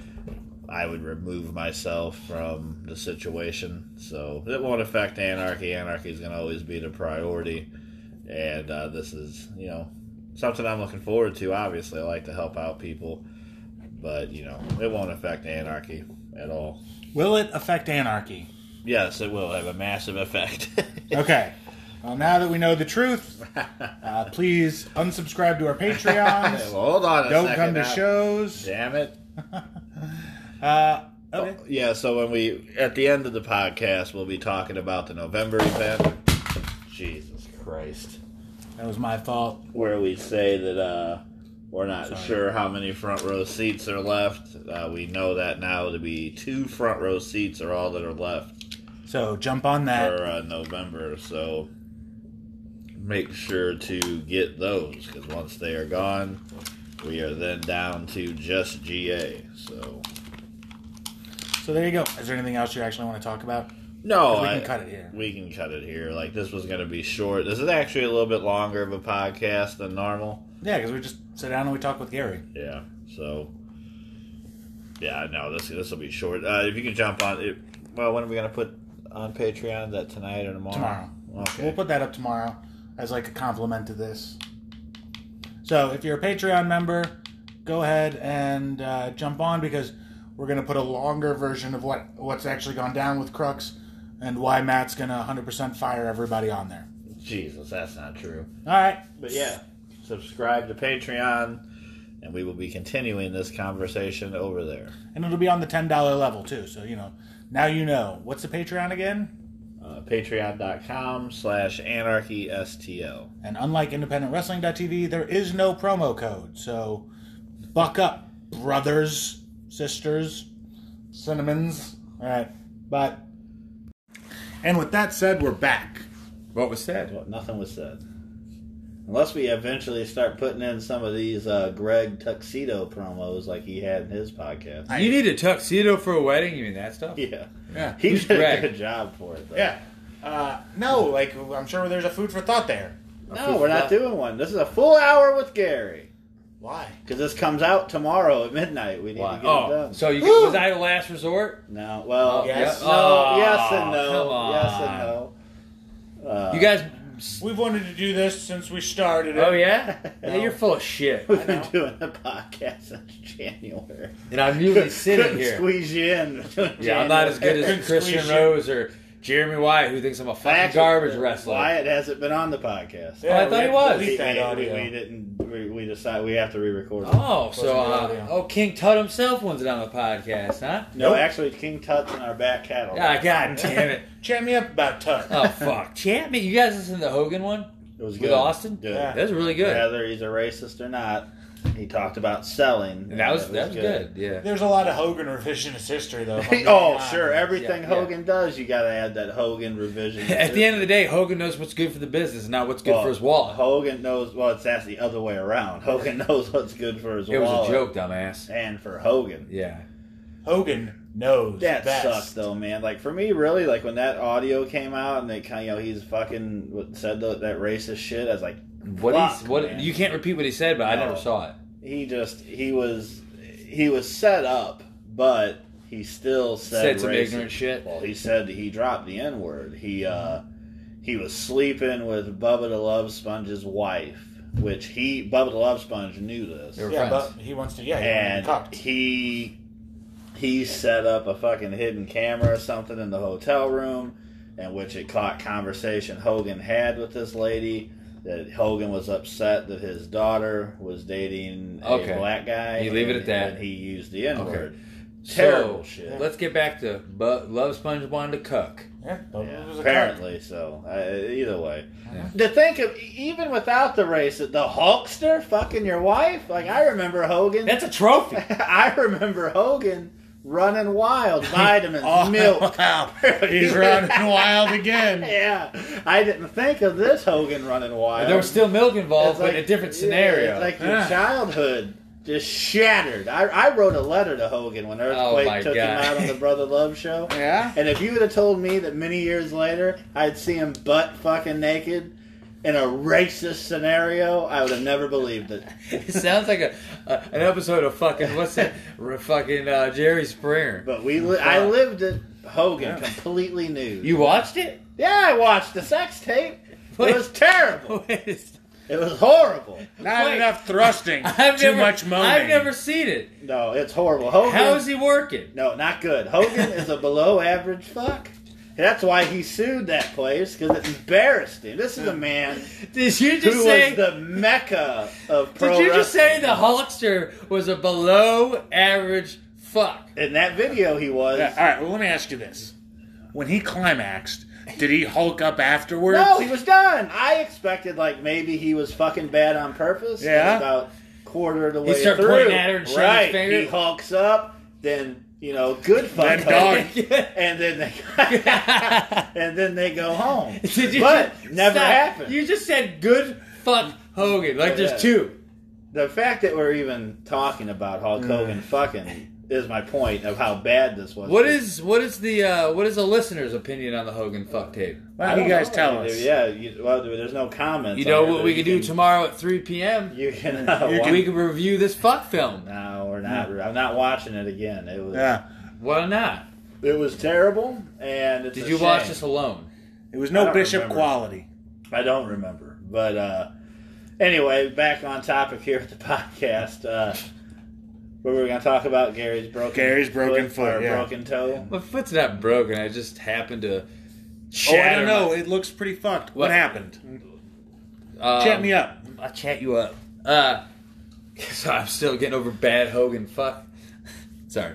S2: I would remove myself from the situation. So it won't affect anarchy. Anarchy is going to always be the priority. And uh, this is, you know, something I'm looking forward to. Obviously, I like to help out people. But, you know, it won't affect anarchy at all.
S1: Will it affect anarchy?
S2: Yes, it will have a massive effect.
S1: Okay. Well, now that we know the truth, uh, please unsubscribe to our Patreons.
S2: well, hold on a
S1: Don't
S2: second.
S1: come to
S2: now.
S1: shows.
S2: Damn it.
S1: Uh, okay.
S2: Yeah, so when we at the end of the podcast, we'll be talking about the November event. Jesus Christ,
S1: That was my fault.
S2: where we say that uh, we're not sure how many front row seats are left. Uh, we know that now to be two front row seats are all that are left
S1: So jump on that.
S2: for uh, November. So make sure to get those because once they are gone, we are then down to just GA. So
S1: So there you go. Is there anything else you actually want to talk about?
S2: No,
S1: We
S2: I-
S1: can cut it here.
S2: We can cut it here. Like this was going to be short. This is actually a little bit longer of a podcast than normal.
S1: Yeah, because we just sit down and we talk with Gary.
S2: Yeah. So. Yeah, no, this this will be short. Uh, if you can jump on it. Well, when are we going to put on Patreon? Is That tonight or tomorrow?
S1: Tomorrow.
S2: Okay.
S1: We'll put that up tomorrow as like a compliment to this. So if you're a Patreon member, go ahead and uh, jump on because we're gonna put a longer version of what what's actually gone down with Crux and why Matt's gonna 100% fire everybody on there.
S2: Jesus, that's not true.
S1: All right,
S2: But yeah, subscribe to Patreon, and we will be continuing this conversation over there.
S1: and it'll be on the $10 level too. So you know now you know what's the Patreon again.
S2: Uh, Patreon.com slash anarchy STL.
S1: And unlike independentwrestling.tv, there is no promo code. So buck up, brothers, sisters, cinnamons. All right, bye. And with that said, we're back.
S3: What was said?
S2: Well, nothing was said. Unless we eventually start putting in some of these uh, Greg Tuxedo promos like he had in his podcast.
S3: You need a tuxedo for a wedding? You mean that stuff?
S2: Yeah.
S1: Yeah.
S2: He
S3: Who's
S2: did
S3: Greg?
S2: a good job for it, though.
S1: Yeah. Uh, no, like I'm sure there's a food for thought there.
S2: No, we're not doing one. This is a full hour with Gary.
S1: Why?
S2: Because this comes out tomorrow at midnight. We need
S3: Why?
S2: to get it
S3: Oh,
S2: done.
S3: so you was I the last resort?
S2: no. Well,
S3: Oh,
S2: yes.
S3: yeah.
S2: No,
S3: Oh,
S2: yes and
S3: come
S2: no.
S3: on.
S2: Yes and no. Uh,
S3: You guys?
S1: We've wanted to do this since we started.
S3: Oh yeah? Yeah, you're full of shit.
S2: We've been doing a podcast since January.
S3: And I'm usually sitting
S2: Couldn't
S3: here.
S2: squeeze you in. Yeah,
S3: Yeah, I'm not as good as Christian
S1: Squeeze you.
S3: Rose or Jeremy Wyatt, who thinks I'm a fucking
S2: Actually,
S3: garbage wrestler.
S2: Wyatt hasn't been on the podcast.
S1: Yeah,
S3: Oh, I thought
S1: we
S3: he
S1: had to delete
S3: was.
S1: that
S2: we,
S1: audio.
S2: we didn't. We, we decided we have to re-record. it.
S3: Oh, so uh, oh, King Tut himself wasn't on the podcast, huh?
S2: no,
S1: nope.
S2: actually, King Tut's in our back catalog.
S3: Ah, God damn it!
S1: Chat me up about Tut.
S3: Oh fuck, champ me! You guys listen to the Hogan one?
S2: it was
S3: With
S2: good.
S3: Austin?
S2: Good.
S1: Yeah.
S3: That's really good.
S2: Whether he's a racist or not, he talked about selling.
S3: And that was
S2: It
S3: that was good. Yeah.
S1: There's a lot of Hogan revisionist history though. if I'm
S2: oh,
S1: being honest.
S2: sure. Everything
S3: Yeah, yeah.
S2: Hogan does, you got to add that Hogan revision.
S3: At the end of the day, Hogan knows what's good for the business, not what's good
S2: Well,
S3: for his wallet.
S2: Hogan knows. Well, it's that's the other way around. Hogan knows what's good for his
S3: it was
S2: wallet
S3: a joke, dumbass.
S2: and for Hogan.
S3: Yeah.
S1: Hogan knows
S2: That
S1: best.
S2: sucks though, man. Like for me, really, like when that audio came out and they kind of, you know, he's fucking what- said tho- that racist shit. I was like,
S3: What
S2: Fuck,
S3: he's, what
S2: man.
S3: you can't repeat what he said, but I
S2: No.
S3: never saw it.
S2: he just he was he was set up, but he still said,
S3: Said some
S2: racist.
S3: ignorant shit.
S2: Well, he said he dropped the N word. He uh he was sleeping with Bubba the Love Sponge's wife, which he Bubba the Love Sponge knew this.
S3: They were
S1: Yeah,
S3: friends.
S1: but he wants to. Yeah, he
S2: and
S1: cucked.
S2: he he set up a fucking hidden camera or something in the hotel room in which it caught conversation Hogan had with this lady that Hogan was upset that his daughter was dating a
S3: Okay.
S2: black guy.
S3: You leave it
S2: and-
S3: at that.
S2: And he used the N word.
S3: So,
S2: Terrible shit.
S3: Let's get back to bu- love SpongeBob to cuck.
S1: Yeah, Bubba
S2: Yeah,
S1: was a cunt.
S2: apparently, so uh, either way.
S3: Yeah.
S2: To think of even without the race, the Hulkster fucking your wife. Like I remember Hogan.
S3: That's a trophy.
S2: I remember Hogan running wild, vitamins,
S1: Oh,
S2: milk.
S1: wow. He's running wild again.
S2: Yeah, I didn't think of this Hogan running wild.
S3: there was still milk involved,
S2: It's
S3: but
S2: like-
S3: in a different
S2: yeah,
S3: scenario.
S2: it's like your
S1: Yeah.
S2: childhood just shattered. I, I wrote a letter to Hogan when Earthquake
S3: Oh, my
S2: took
S3: God.
S2: him out on the Brother Love show.
S1: Yeah?
S2: And if you would have told me that many years later I'd see him butt fucking naked in a racist scenario, I would have never believed it.
S3: it sounds like a, a an episode of fucking what's that? Re- fucking uh, Jerry Springer.
S2: But we, li- I lived it. Hogan completely nude.
S3: You watched it?
S2: yeah, I watched the sex tape.
S3: Wait.
S2: It was terrible.
S3: Wait a second.
S2: It was horrible.
S1: Not
S3: Wait.
S1: enough thrusting.
S3: I've
S1: too
S3: never,
S1: much moaning.
S3: I've never seen it.
S2: No, it's horrible. Hogan.
S3: How is he working?
S2: No, not good. Hogan is a below average fuck. That's why he sued that place because it embarrassed him. This is a man
S3: Did you
S2: who
S3: just say?
S2: was the mecca of pro
S3: Did you just say the
S2: wrestling.
S3: Hulkster was a below average fuck?
S2: In that video, he was.
S1: Yeah, all right, well, let me ask you this. When he climaxed, did he hulk up afterwards?
S2: No, he was done. I expected like maybe he was fucking bad on purpose. and
S1: Yeah.
S2: About quarter of the way
S3: started
S2: through.
S3: pointing at her and shaking his
S2: right.
S3: finger.
S2: He hulks up, then you know, good fuck.
S1: Then
S2: Hulk,
S1: dog.
S2: And then they and then they go home.
S3: Did you
S2: but
S3: just-
S2: never
S3: Stop.
S2: happened. Oh,
S3: You just said good fuck Hogan. Like
S2: Yeah.
S3: there's two.
S2: the fact that we're even talking about
S1: Mm.
S2: Hulk Hogan fucking is my point of how bad this was.
S3: What is what is the uh, what is the listener's opinion on the Hogan fuck tape?
S1: Why
S2: I
S1: don't you
S2: don't
S1: guys
S2: know.
S1: tell us?
S2: Yeah, you, well, there's no comments.
S3: You
S2: on
S3: know
S2: it,
S3: what
S2: but
S3: we
S2: you
S3: could do
S2: can-
S3: tomorrow at 3 p.m.
S2: You can. Uh,
S1: You
S2: watch-
S3: We could review this fuck film.
S2: No, we're not. I'm not watching it again. It was.
S1: Yeah.
S3: Why not?
S2: It was terrible, and it's
S3: Did
S2: a
S3: you watch
S2: shame.
S3: this alone?
S1: It was
S2: I
S1: no
S2: don't
S1: bishop
S2: remember.
S1: quality.
S2: I don't remember, but uh, anyway, back on topic here at the podcast. Uh, we were going to talk about Gary's broken
S1: Gary's broken foot,
S2: or
S1: yeah.
S2: broken toe.
S3: My foot's not broken. I just happened to.
S1: Oh, I
S3: shatter
S1: don't know.
S3: my-
S1: It looks pretty fucked. What,
S3: What?
S1: happened?
S3: Um,
S1: Chat me up.
S3: I'll chat you up. Uh, so I'm still getting over bad Hogan. Fuck. Sorry.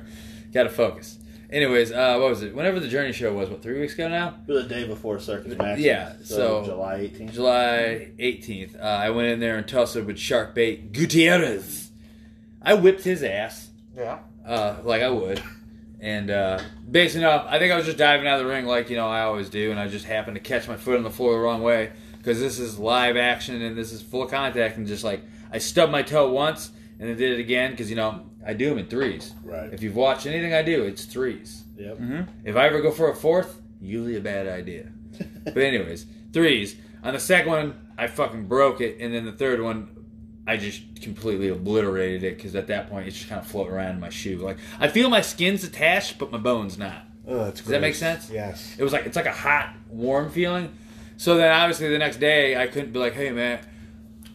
S3: Gotta focus. Anyways, uh, what was it? Whenever the Journey show was, what, three weeks ago now?
S2: It was the day before Circus Max.
S3: Yeah, so-
S2: July 18th.
S3: July 18th, uh, I went in there and tussled with Sharkbait Gutierrez. I whipped his ass,
S1: Yeah.
S3: uh, like I would. And uh, basing up, I think I was just diving out of the ring like, you know, I always do, and I just happened to catch my foot on the floor the wrong way because this is live action and this is full contact, and just like, I stubbed my toe once and then did it again because, you know, I do them in threes.
S2: Right.
S3: If you've watched anything I do, it's threes.
S2: Yep.
S3: If I ever go for a fourth, usually a bad idea.
S1: Mm-hmm.
S3: But anyways, threes. On the second one, I fucking broke it, and then the third one, I just completely obliterated it because at that point it's just kind of floating around in my shoe. Like I feel my skin's attached, but my bones not.
S1: Oh, that's
S3: Does that make sense?
S1: Yes.
S3: It was like it's like a hot, warm feeling. So then obviously the next day I couldn't be like, hey man,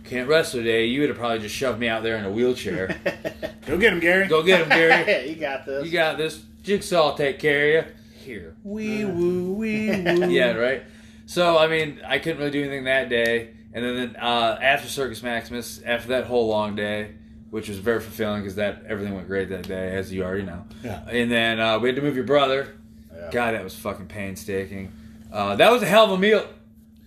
S3: can't wrestle today. You would have probably just shoved me out there in a wheelchair.
S1: Go get him, Gary.
S3: go get him, Gary.
S2: Hey, you got this.
S3: You got this. Jigsaw will take care of you. Here.
S1: Wee woo, wee woo.
S3: Yeah, right. So I mean, I couldn't really do anything that day, and then uh, after Circus Maximus, after that whole long day, which was very fulfilling because that everything went great that day, as you already know.
S1: Yeah.
S3: And then uh, we had to move your brother.
S2: Yeah.
S3: God, that was fucking painstaking. Uh, that was a hell of a meal.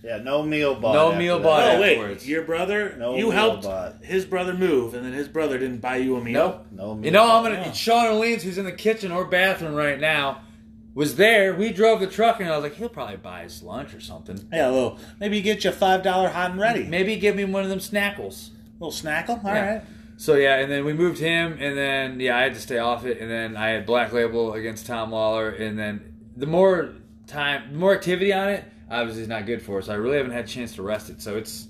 S2: Yeah, no meal bought.
S3: No
S2: after
S3: meal
S2: that.
S3: bought.
S1: Oh, wait.
S3: Afterwards.
S1: Your brother?
S2: No
S1: you
S2: meal
S1: helped
S2: bought.
S1: his brother move, and then his brother didn't buy you a meal?
S3: Nope.
S2: No meal.
S3: You know, I'm
S1: Yeah.
S3: gonna Sean Orleans, who's in the kitchen or bathroom right now, was there. We drove the truck, and I was like, he'll probably buy us lunch or something.
S1: Yeah, a little. Maybe get you a $5 hot and ready.
S3: Maybe give me one of them snackles.
S1: little snackle. All right.
S3: Yeah. So yeah, and then we moved him, and then yeah, I had to stay off it, and then I had Black Label against Tom Lawler, and then the more time, the more activity on it, obviously is not good for us. I really haven't had a chance to rest it, so it's,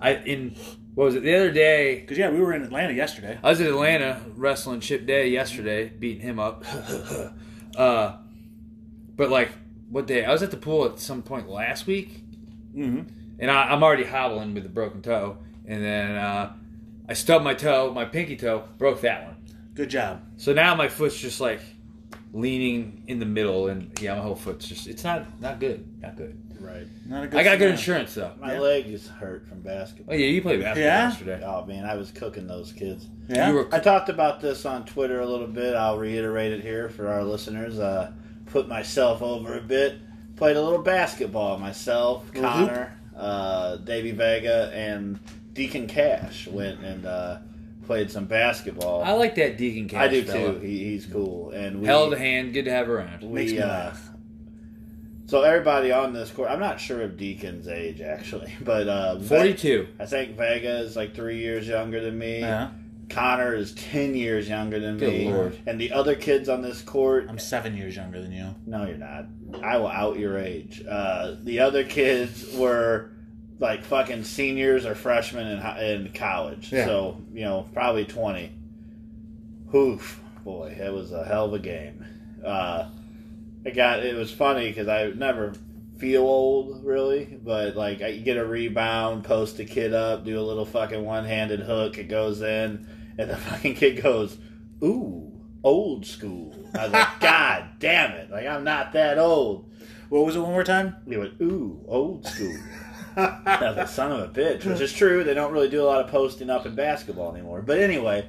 S3: I in what was it the other day?
S1: Because, yeah, we were in Atlanta yesterday.
S3: I was in Atlanta wrestling Chip Day yesterday, beating him up. uh, but like what day? I was at the pool at some point last week,
S1: Mm-hmm.
S3: and I, I'm already hobbling with a broken toe, and then uh, I stubbed my toe, my pinky toe, broke that one.
S1: Good job.
S3: So now my foot's just like leaning in the middle, and yeah, my whole foot's just—it's not not good, not good.
S2: Right.
S1: Not a good
S3: I got good
S1: scenario.
S3: insurance though.
S2: My
S1: Yeah.
S2: leg is hurt from basketball.
S3: Oh yeah, you played basketball
S1: Yeah?
S3: yesterday.
S2: Oh man, I was cooking those kids.
S1: Yeah?
S3: You were
S2: I talked about this on Twitter a little bit. I'll reiterate it here for our listeners. Uh, put myself over a bit. Played a little basketball myself.
S3: Mm-hmm.
S1: Little hoop?
S2: Connor, uh, Davey Vega, and Deacon Cash went and uh, played some basketball.
S3: I like that Deacon Cash.
S2: I do
S3: fella.
S2: too. He, he's cool. And we
S3: Held a hand, good to have around.
S1: Makes
S2: we
S1: me
S2: uh,
S1: laugh.
S2: so everybody on this court. I'm not sure of Deacon's age actually, but uh, Ve-
S3: Forty-two.
S2: I think Vega is like three years younger than me.
S3: Uh-huh.
S1: Yeah.
S2: Connor is ten years younger than
S3: Good
S2: me,
S3: lord.
S2: and the other kids on this court.
S1: I'm seven years younger than you.
S2: no, you're not. I will out your age. Uh, the other kids were like fucking seniors or freshmen in hi- in college,
S1: Yeah.
S2: so you know probably twenty. Oof, boy, it was a hell of a game. Uh, it got it was funny because I never feel old really, but like I you get a rebound, post the kid up, do a little fucking one handed hook, it goes in, and the fucking kid goes, "Ooh, old school." I was like, "God damn it!" Like I'm not that old.
S1: What was it one more time?
S2: He went, "Ooh, old school." I was like, "Son of a bitch," which is true. They don't really do a lot of posting up in basketball anymore. But anyway.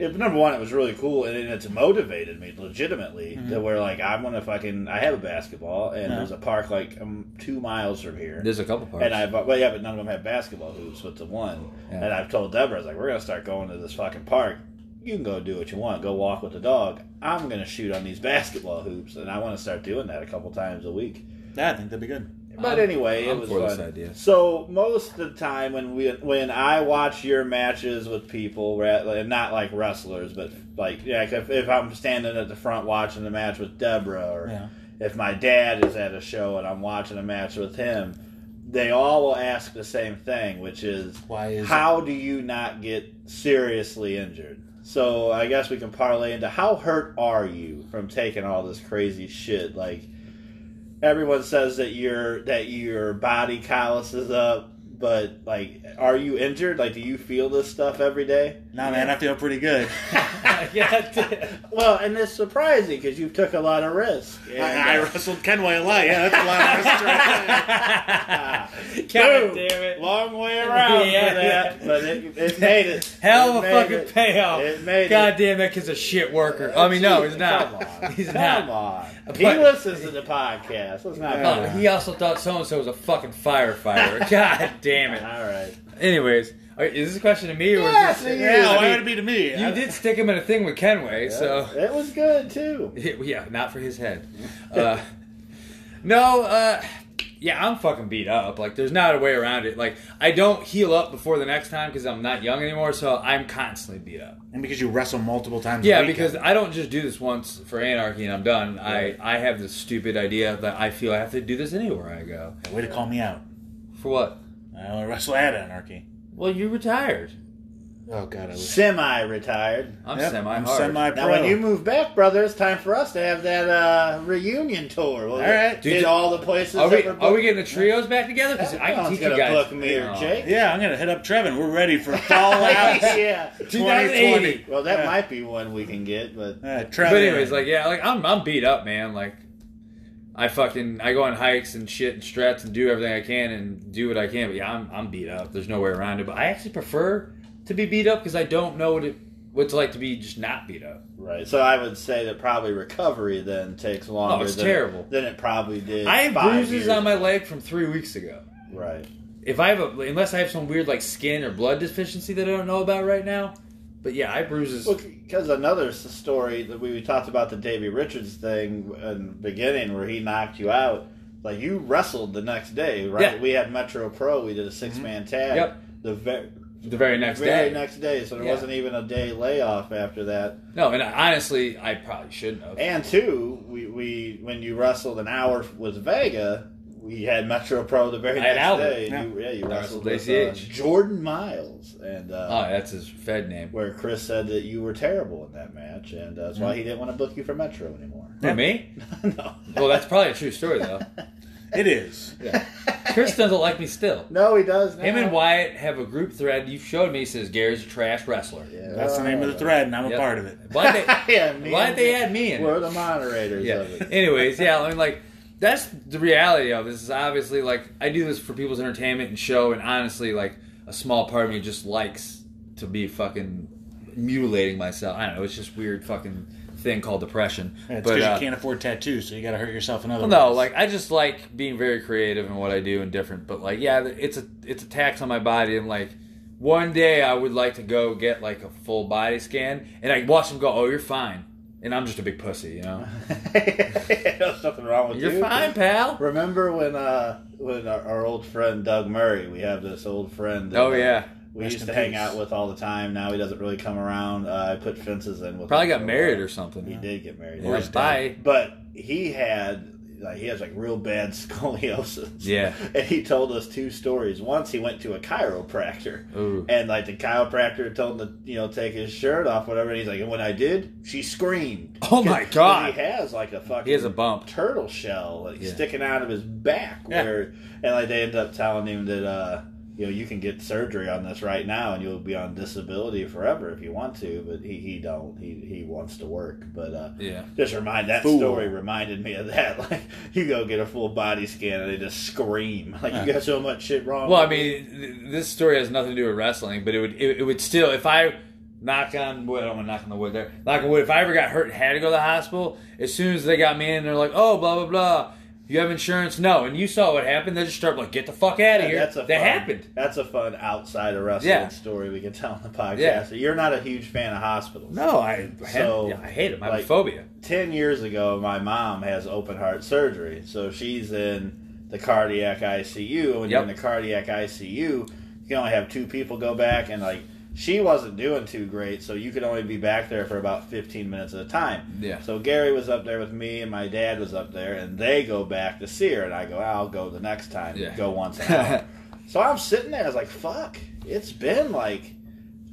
S2: It, number one, it was really cool, and it's motivated me legitimately to where like I'm gonna fucking I have a basketball, and
S1: Yeah.
S2: there's a park like um, two miles from here,
S3: There's a couple parts.
S2: and I've well, yeah, but none of them have basketball hoops, but the one.
S3: Yeah.
S2: And I've told Deborah, I was like, we're gonna start going to this fucking park. You can go do what you want, go walk with the dog. I'm gonna shoot on these basketball hoops, and I want to start doing that a couple times a week.
S1: Yeah, I think that'd be good.
S2: But
S3: I'm-
S2: anyway,
S3: I'm
S2: it was
S3: for
S2: fun.
S3: this idea.
S2: So most of the time when we when I watch your matches with people, ra- like, not like wrestlers, but like yeah, like if, if I'm standing at the front watching the match with Deborah, or
S1: Yeah.
S2: if my dad is at a show and I'm watching a match with him, they all will ask the same thing, which is
S1: Why is
S2: how do you not get seriously injured? So I guess we can parlay into how hurt are you from taking all this crazy shit? Like everyone says that your that your body calluses up, but like, are you injured? Like, do you feel this stuff every day?
S1: it? Nah, man, I feel pretty good.
S3: yeah,
S2: Well, and it's surprising because you took a lot of risk. And,
S1: I, I wrestled Kenway a lot. Yeah, that's a lot of wrestling right there.
S2: ah,
S3: God
S2: boom.
S3: damn it.
S2: Long way around
S3: Yeah,
S2: for that,
S3: yeah.
S2: but it, it made it.
S3: Hell
S2: It
S3: of a
S2: made
S3: fucking
S2: it.
S3: payoff.
S2: It made it.
S3: God damn, that kid's a shit worker. I mean, no, he's not.
S2: Come on.
S3: He's
S2: Come
S3: not.
S2: on. He
S3: But-
S2: listens to the podcast. Let's not.
S1: Yeah.
S3: Uh, he also thought so and so was a fucking firefighter. God damn it.
S2: All right.
S3: Anyways, all right, is this a question to me or
S2: Yes,
S3: is this?
S2: it
S1: Yeah,
S2: I
S1: why
S2: mean,
S1: would it be to me?
S3: You
S1: I-
S3: did stick him in a thing with Kenway, so
S2: it was good too.
S3: yeah, not for his head. Uh, no, uh, yeah, I'm fucking beat up. Like, there's not a way around it. Like, I don't heal up before the next time because I'm not young anymore, so I'm constantly beat up.
S1: And because you wrestle multiple times. a
S3: Yeah,
S1: weekend.
S3: because I don't just do this once for anarchy and I'm done. I, I have this stupid idea that I feel I have to do this anywhere I go.
S1: uh, way to call me out.
S3: For what?
S1: I only wrestle at Anarchy.
S3: Well, you retired.
S1: Oh God, I was.
S2: Semi-retired.
S3: I'm
S1: Yep,
S3: semi
S1: I'm
S3: hard.
S1: semi
S2: Now,
S1: pro.
S2: when you move back, brother, it's time for us to have that uh, reunion tour. Well,
S1: All right.
S2: Did
S3: Dude,
S2: all the places.
S3: Are we,
S2: that were
S3: are we getting the trios back together? Because I can
S2: Everyone's
S3: teach
S2: gonna
S3: you guys.
S2: book me or
S3: Oh.
S2: Jake.
S1: yeah, I'm gonna hit up Trevin. We're ready for Fallout
S2: yeah.
S1: 2020.
S3: 2080.
S2: Well, that
S1: Yeah.
S2: might be one we can get, but
S1: Uh, Trevin.
S3: But anyways, like yeah, like I'm I'm beat up, man. Like I fucking I go on hikes and shit and strats and do everything I can and do what I can. But yeah, I'm I'm beat up. There's no way around it. But I actually prefer to be beat up because I don't know what it what it's like to be just not beat up.
S2: right. So I would say that probably recovery then takes longer.
S3: Oh, it's
S2: than,
S3: terrible.
S2: Than it probably did.
S3: I have
S2: five
S3: bruises
S2: years
S3: on my
S2: ago.
S3: leg from three weeks ago.
S2: Right.
S3: If I have a unless I have some weird like skin or blood deficiency that I don't know about right now. But yeah, I have bruises.
S2: Because another s- story that we, we talked about the Davy Richards thing in the beginning where he knocked you out. Like you wrestled the next day, right?
S3: Yeah. Mm-hmm.
S2: We had Metro Pro. We did a six man tag.
S3: Yep.
S2: The very,
S3: the very next
S2: very
S3: day.
S2: next day, so there
S3: Yeah.
S2: wasn't even a day layoff after that.
S3: No, and I, honestly, I probably shouldn't have.
S2: And two, we, we when you wrestled an hour with Vega, we had Metro Pro the very
S3: I had
S2: next
S3: Albert.
S2: day. and You, yeah, you
S3: I
S2: wrestled
S3: wrestled
S2: with uh,
S3: ACH.
S2: Jordan Miles, and uh,
S3: oh, that's his Fed name.
S2: where Chris said that you were terrible in that match, and that's why he didn't want to book you for Metro anymore.
S3: For me?
S2: no.
S3: Well, that's probably a true story though.
S1: it is.
S3: Yeah. Chris doesn't like me still.
S2: No, he does. Now.
S3: Him and Wyatt have a group thread you showed me. It says Gary's a trash wrestler.
S2: Yeah.
S1: That's the name of the thread, and I'm a
S3: Yep.
S1: part of it.
S3: Why'd they,
S2: yeah, me
S3: why'd
S2: and
S3: they
S2: you.
S3: add me in? it?
S2: We're the moderators
S3: yeah.
S2: of it.
S3: Anyways, yeah, I mean, like that's the reality of this. Is obviously like I do this for people's entertainment and show, and honestly, like a small part of me just likes to be fucking mutilating myself. I don't know. It's just weird fucking thing called depression.
S1: It's
S3: but
S1: because
S3: uh,
S1: you can't afford tattoos, so you got to hurt yourself in other
S3: well, no,
S1: ways.
S3: like I just like being very creative in what I do and different. But like, yeah, it's a it's a tax on my body. And like, one day I would like to go get like a full body scan and I watch them go, "Oh, you're fine," and I'm just a big pussy, you know.
S2: There's nothing wrong with
S3: You're
S2: you.
S3: fine, pal.
S2: Remember when uh when our, our old friend Doug Murray? We have this old friend. that,
S3: Oh
S2: uh,
S3: yeah,
S2: we
S1: Rest
S2: used
S1: in
S2: to hang
S1: peace.
S2: out with all the time. Now he doesn't really come around. Uh, I put fences in with.
S3: probably
S2: him
S3: got
S2: for a
S3: married
S2: while.
S3: or something.
S2: He did get married.
S3: Yeah,
S1: he's
S3: bye.
S2: But he had like he has like real bad scoliosis.
S3: Yeah.
S2: And he told us two stories. Once he went to a chiropractor.
S3: Ooh.
S2: And like the chiropractor told him to you know take his shirt off whatever and he's like and when I did she screamed
S3: Oh my
S2: 'Cause
S3: God.
S2: he has like a fucking
S3: He has a bump.
S2: turtle shell like,
S3: Yeah.
S2: sticking out of his back
S1: Yeah.
S2: where and like they end up telling him that uh you know you can get surgery on this right now and you'll be on disability forever if you want to but he, he don't he, he wants to work but uh
S3: Yeah.
S2: just remind that
S1: Fool.
S2: story reminded me of that like you go get a full body scan and they just scream like you got so much shit wrong
S3: Well, I
S2: with you."
S3: mean, th- this story has nothing to do with wrestling, but it would it, it would still if I knock on wood. I don't want to knock on the wood there. Knock on wood. If I ever got hurt and had to go to the hospital, as soon as they got me in, they're like, "Oh, blah blah blah. You have insurance? No." And you saw what happened. They just started like, "Get the fuck out of
S2: Yeah,
S3: here."
S2: that's a
S3: that
S2: fun,
S3: happened.
S2: That's a fun outside of wrestling
S3: Yeah.
S2: story we can tell on the podcast.
S3: Yeah.
S2: So You're not a huge fan of hospitals.
S3: No, I I had,
S2: So,
S3: yeah, I hate it. I have a
S2: like-
S3: phobia.
S2: Ten years ago, my mom has open heart surgery, so she's in the cardiac ICU. And when you're
S3: Yep.
S2: in the cardiac ICU, you can only have two people go back, and like she wasn't doing too great, so you could only be back there for about 15 minutes at a time.
S3: Yeah.
S2: So Gary was up there with me, and my dad was up there, and they go back to see her, and I go, I'll go the next time.
S3: Yeah.
S2: Go once an hour. So I'm sitting there, I was like, fuck, it's been like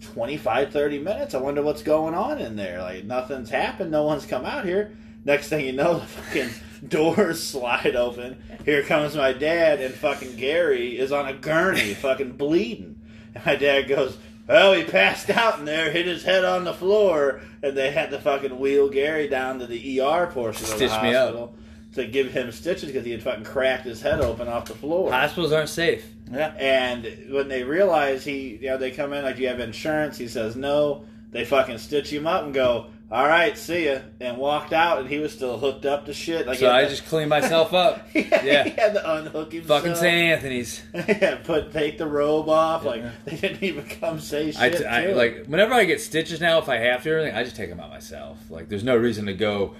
S2: 25, 30 minutes. I wonder what's going on in there. Like, nothing's happened. No one's come out here. Next thing you know, the fucking doors slide open. Here comes my dad, and fucking Gary is on a gurney, fucking bleeding. And my dad goes, Well, he passed out in there, hit his head on the floor, and they had to fucking wheel Gary down to the ER portion of the
S3: Stitch me up.
S2: hospital to give him stitches because he had fucking cracked his head open off the floor.
S3: Hospitals aren't safe.
S1: yeah.
S2: And when they realize he, you know, they come in like, "Do you have insurance?" He says, "No." They fucking stitch him up and go, "All right, see ya," and walked out. And he was still hooked up to shit. Like, he
S3: So
S2: had
S3: I
S2: to-
S3: just clean myself up.
S2: he
S3: Yeah.
S2: had to unhook himself.
S3: Fucking St. Anthony's.
S2: yeah, put take the robe off. Like
S1: Yeah.
S2: they didn't even come say shit.
S3: I, t- I
S2: to him.
S3: like whenever I get stitches now, if I have to or anything, I just take them out myself. Like there's no reason to go.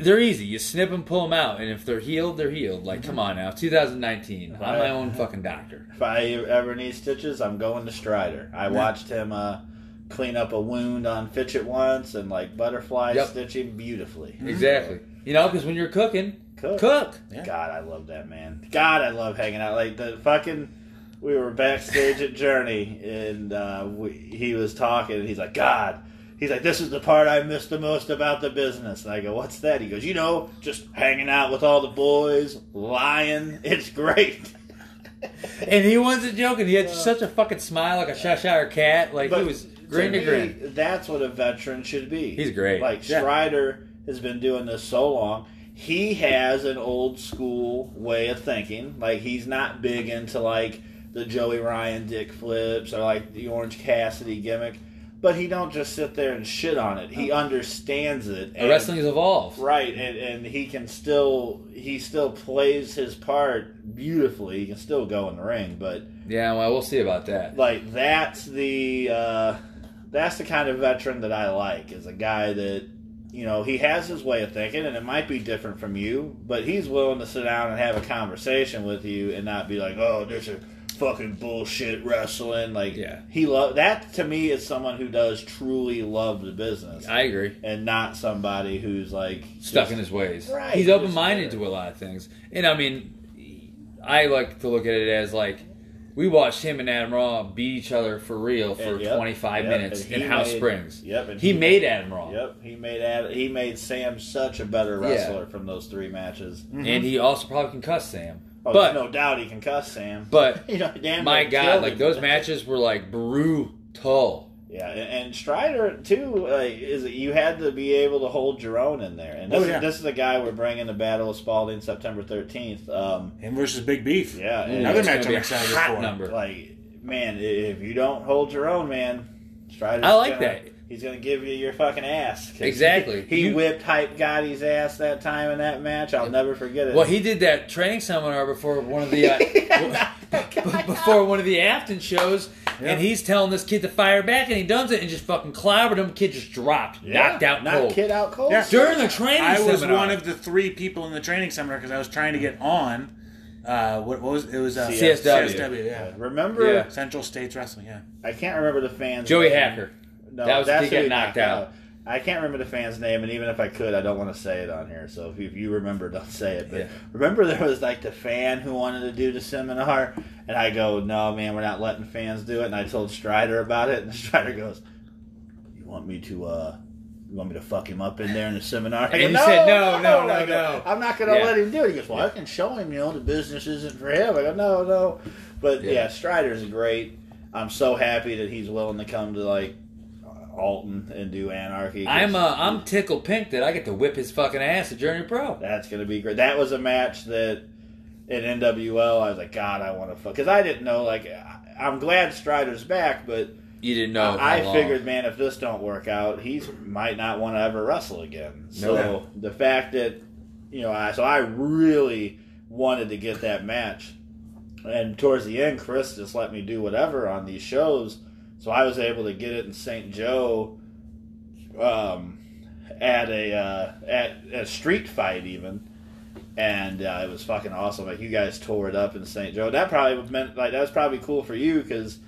S3: They're easy. You snip and pull them out, and if they're healed, they're healed. Like
S2: Mm-hmm.
S3: come on now, 2019. I'm my own fucking doctor.
S2: If I ever need stitches, I'm going to Strider. I watched him uh, clean up a wound on Fitchett once, and like butterfly
S3: Yep.
S2: stitch him beautifully.
S3: Exactly. You know, because when you're cooking,
S2: Mm-hmm. Cook.
S3: cook.
S1: Yeah.
S2: God, I love that man. God, I love hanging out. Like the fucking, we were backstage at Journey, and uh, we, he was talking, and he's like, God. He's like, this is the part I miss the most about the business. And I go, what's that? He goes, you know, just hanging out with all the boys, lying. It's great.
S3: And he wasn't joking. He had such a fucking smile, like a Cheshire cat. Like he was grin to
S2: me,
S3: grin.
S2: That's what a veteran should be.
S3: He's great.
S2: Like
S1: Yeah.
S2: Strider has been doing this so long. He has an old school way of thinking. Like he's not big into like the Joey Ryan dick flips or like the Orange Cassidy gimmick. But he don't just sit there and shit on it. He understands it.
S3: The wrestling's evolved.
S2: Right, and, and he can still he still plays his part beautifully. He can still go in the ring, but
S3: Yeah, well, we'll see about that.
S2: like that's the uh, that's the kind of veteran that I like is a guy that you know he has his way of thinking and it might be different from you, but he's willing to sit down and have a conversation with you and not be like, oh, this is fucking bullshit wrestling. Like,
S3: Yeah.
S2: he love that to me is someone who does truly love the business
S3: I agree.
S2: and not somebody who's like
S3: stuck
S2: just-
S3: in his ways.
S2: Right,
S3: He's
S2: just
S3: open minded
S2: there.
S3: to a lot of things. And I mean, I like to look at it as like we watched him and Adam Raw beat each other for real for
S2: And, yep,
S3: 25
S2: yep,
S3: minutes
S2: and he
S3: in House
S2: made-
S3: Springs.
S2: Yep, and
S3: He made Adam Raw.
S2: Yep, he made Ad, he made Sam such a better
S3: Yeah.
S2: wrestler from those three matches.
S1: Mm-hmm.
S3: And he also probably concussed Sam.
S2: Oh,
S3: But-
S2: there's no doubt he can cuss, Sam.
S3: But
S2: you know, damn
S3: my
S2: near killed
S3: God, like
S2: him.
S3: those matches were like brutal.
S2: Yeah, and, and Strider too uh, is you had to be able to hold your own in there, and this,
S1: Oh, yeah.
S2: is, this is the guy we're bringing to Battle of Spalding September thirteenth. Um,
S1: Him versus Big Beef.
S2: yeah, and
S1: Another
S3: It's
S1: match
S3: gonna
S1: I'm
S3: be a
S1: excited
S3: hot
S1: for.
S3: Number.
S2: like man, i- if you don't hold your own, man, Strider.
S3: I like
S2: gonna,
S3: that.
S2: He's gonna give you your fucking ass. 'Cause
S3: Exactly.
S2: He,
S3: You-
S2: whipped Hype Gotti's ass that time in that match. I'll never forget it.
S3: Well, he did that training seminar before one of the uh, b- before one of the Afton shows, and he's telling this kid to fire back, and he does it, and just fucking clobbered him. Kid just dropped,
S2: Yeah,
S3: knocked out
S2: knocked
S3: cold.
S2: kid out cold.
S1: Yeah.
S3: During the training
S1: I was
S3: seminar.
S1: one of the three people in the training seminar because I was trying to get on. Uh, what, what was it? was uh,
S3: CSW.
S1: CSW, yeah.
S2: Remember,
S3: Yeah.
S1: Central States Wrestling, yeah.
S2: I can't remember the fans.
S3: Joey
S2: name.
S3: Hacker.
S2: No,
S3: That was the
S2: that's
S3: kid
S2: who
S3: got
S2: he
S3: knocked out.
S2: I can't remember the fan's name, and even if I could, I don't want to say it on here. So if you, if you remember, don't say it. But
S3: Yeah.
S2: remember, there was like the fan who wanted to do the seminar, and I go, "No, man, we're not letting fans do it." And I told Strider about it, and Strider goes, "You want me to?" uh you want me to fuck him up in there in the seminar? I
S3: And
S2: go,
S3: you said, "No, no, no,
S2: I go,
S3: no."
S2: I'm not going to
S3: Yeah.
S2: let him do it. He goes, well, I can show him, you know, the business isn't for him. I go, no, no. But
S3: Yeah.
S2: yeah, Strider's great. I'm so happy that he's willing to come to like Alton and do Anarchy. 'cause
S3: I'm uh, I'm tickled pink that I get to whip his fucking ass at Journey Pro.
S2: that's gonna be great. That was a match that in NWL I was like, God, I want to fuck because I didn't know. Like, I- I'm glad Strider's back, but
S3: You didn't know.
S2: I
S3: how long.
S2: figured, man, if this don't work out, he might not want to ever wrestle again. So
S1: No.
S2: the fact that you know, I, so I really wanted to get that match, and towards the end, Chris just let me do whatever on these shows, so I was able to get it in St. Joe, um, at a uh, at a street fight even. And uh, it was fucking awesome. Like you guys tore it up in St. Joe. That probably meant like that was probably cool for you because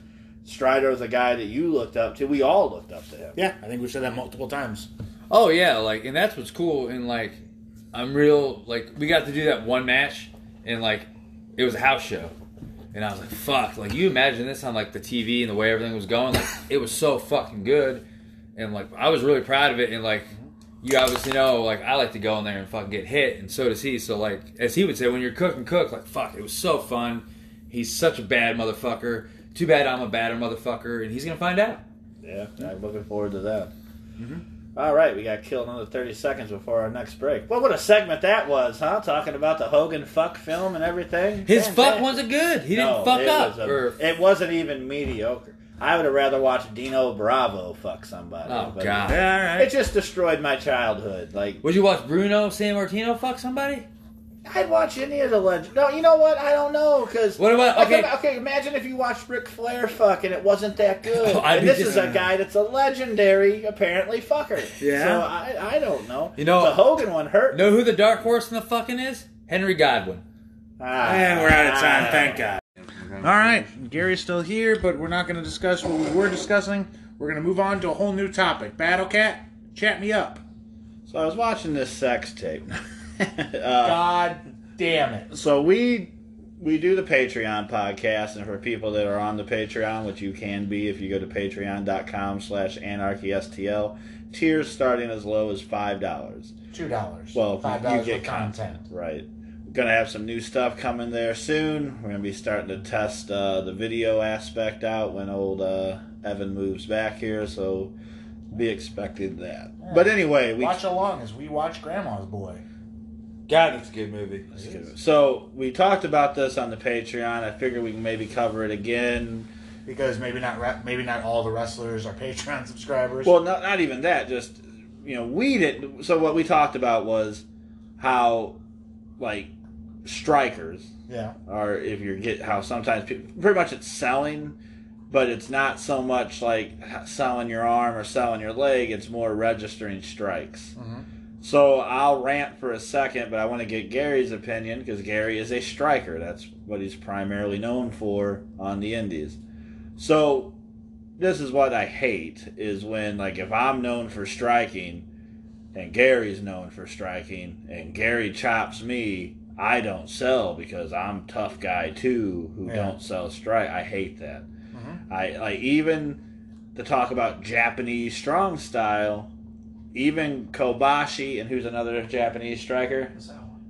S2: Strider was a guy that you looked up to. We all looked up to him.
S1: Yeah, I think we've said that multiple times.
S3: Oh yeah, like and that's what's cool and like I'm real like we got to do that one match and like it was a house show. And I was like, fuck, like you imagine this on like the TV and the way everything was going, like it was so fucking good. And like I was really proud of it and like you obviously know like I like to go in there and fucking get hit and so does he. So like as he would say, when you're cooking cook, like fuck, it was so fun. He's such a bad motherfucker. Too bad I'm a badder motherfucker and he's gonna find out.
S2: Yeah, I'm looking forward to that.
S3: Mm-hmm.
S2: All right, we got killed another 30 seconds before our next break. Well, what a segment that was, huh? Talking about the Hogan fuck film and everything.
S3: His
S2: Fantastic.
S3: fuck wasn't good. He didn't
S2: No,
S3: fuck
S2: it
S3: up.
S2: was a-
S3: or
S2: it wasn't even mediocre. I would have rather watched Dino Bravo fuck somebody.
S3: Oh,
S2: but
S3: God.
S1: Yeah, all right.
S2: It just destroyed my childhood. Like,
S3: Would you watch Bruno San Martino fuck somebody?
S2: I'd watch any of the legends. No, you know what? I don't know because
S3: What about- okay.
S2: okay, Imagine if you watched Ric Flair fuck and it wasn't that good.
S3: I'd
S2: and
S3: be
S2: this
S3: just-
S2: is a guy that's a legendary, apparently fucker.
S1: Yeah.
S2: So I, I don't know.
S3: You know-
S2: the Hogan one hurt.
S3: Know who the dark horse in the fucking is? Henry Godwin.
S2: Ah,
S3: Eh,
S1: And we're out of time,
S2: ah.
S1: thank God. All right, Gary's still here, but we're not going to discuss what we were discussing. We're going to move on to a whole new topic. Battle Cat, chat me up.
S2: So I was watching this sex tape. Uh,
S1: God damn it.
S2: so we we do the patreon podcast and for people that are on the patreon which you can be if you go to patreon.com slash anarchystl tiers starting as low as five dollars
S1: Two dollars.
S2: Well, you-
S1: five
S2: you
S1: dollars for
S2: get
S1: content.
S2: right we're gonna have some new stuff coming there soon we're gonna be starting to test uh, the video aspect out when old uh, evan moves back here so be expecting that but anyway we
S1: Watch along as we watch Grandma's Boy.
S3: God, that's a good movie.
S2: so we talked about this on the patreon i figure we can maybe cover it again
S1: Because maybe not re- maybe not all the wrestlers are Patreon subscribers.
S2: Well, not not even that. Just you know, we didn't. So what we talked about was how like strikers
S1: yeah.
S2: are if you're get how sometimes people, pretty much it's selling, but it's not so much like selling your arm or selling your leg. It's more registering strikes.
S1: Mhm.
S2: So I'll rant for a second, but I want to get Gary's opinion because Gary is a striker. That's what he's primarily known for on the Indies. So this is what I hate is when like if I'm known for striking and Gary's known for striking and Gary chops me, I don't sell because I'm tough guy too who
S1: Yeah.
S2: don't sell strike. I hate that. I like even to talk about Japanese strong style, even Kobashi and who's another Japanese striker,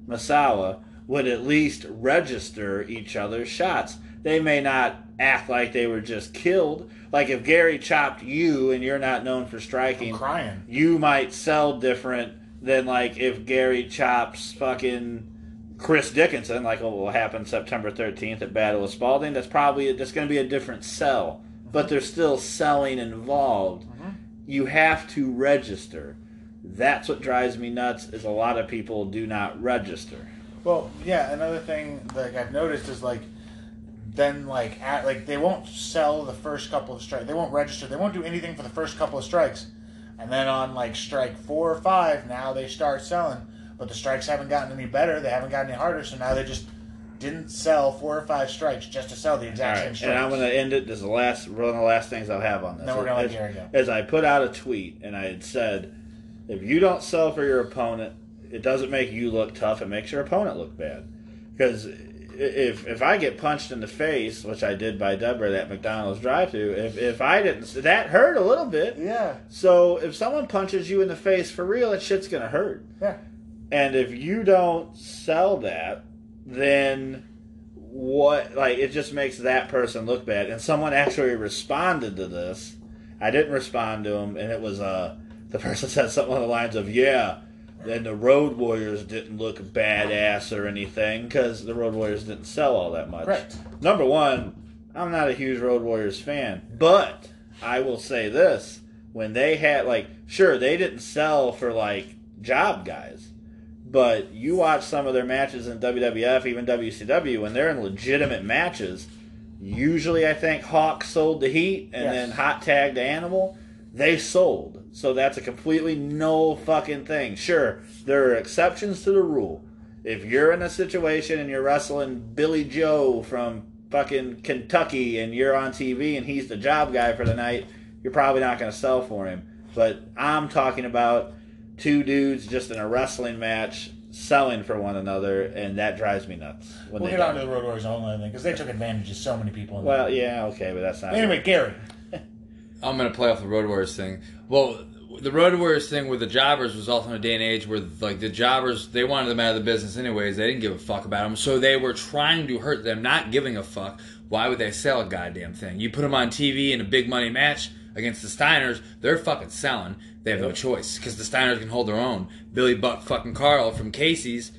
S2: Masawa would at least register each other's shots. They may not act like they were just killed. Like if Gary chopped you and you're not known for striking,
S1: I'm crying.
S2: you might sell different than like if Gary chops fucking Chris Dickinson, like what will happen September 13th at Battle of Spalding. That's probably that's going to be a different sell, but there's still selling involved. You have to register. That's what drives me nuts. Is a lot of people do not register.
S1: Well, yeah. Another thing like I've noticed is like then like at, like they won't sell the first couple of strikes. They won't register. They won't do anything for the first couple of strikes, and then on like strike four or five, now they start selling. But the strikes haven't gotten any better. They haven't gotten any harder. So now they just didn't sell four or five strikes just to sell the
S2: All
S1: exact same
S2: right,
S1: strikes.
S2: and I'm going to end it. This is the last one of the last things I'll have on this.
S1: Then we're gonna let
S2: As-
S1: Gary go.
S2: As I put out a tweet, and I had said, if you don't sell for your opponent, it doesn't make you look tough. It makes your opponent look bad. Because if if I get punched in the face, which I did by Deborah at McDonald's drive-through, if if I didn't, that hurt a little bit.
S1: yeah,
S2: So if someone punches you in the face for real, that shit's gonna hurt.
S1: yeah.
S2: And if you don't sell that, then what? Like, it just makes that person look bad. And someone actually responded to this. I didn't respond to him, and it was uh, the person said something on the lines of, "Yeah." Then the Road Warriors didn't look badass or anything because the Road Warriors didn't sell all that much.
S1: Correct.
S2: Number one, I'm not a huge Road Warriors fan, but I will say this: when they had like, sure, they didn't sell for like job guys, but you watch some of their matches in WWF, even WCW, when they're in legitimate matches. Usually, I think Hawk sold the Heat and
S1: Yes.
S2: then Hot tagged the Animal. They sold, so that's a completely no fucking thing. Sure, there are exceptions to the rule. If you're in a situation and you're wrestling Billy Joe from fucking Kentucky and you're on TV and he's the job guy for the night, you're probably not going to sell for him. But I'm talking about two dudes just in a wrestling match selling for one another, and that drives me nuts. When
S1: We'll
S2: they
S1: get
S2: do
S1: on to the Road Warriors only thing because they took advantage of so many people. In
S2: well, yeah, okay, but that's not.
S1: the- anyway, Gary.
S3: I'm gonna play off the Road Warriors thing. Well, the Road Warriors thing with the jobbers was also in a day and age where like the jobbers they wanted them out of the business anyways. They didn't give a fuck about them, so they were trying to hurt them, not giving a fuck. Why would they sell a goddamn thing? You put them on TV in a big money match against the Steiners, they're fucking selling. They have no choice because the Steiners can hold their own. Billy Buck fucking Carl from Casey's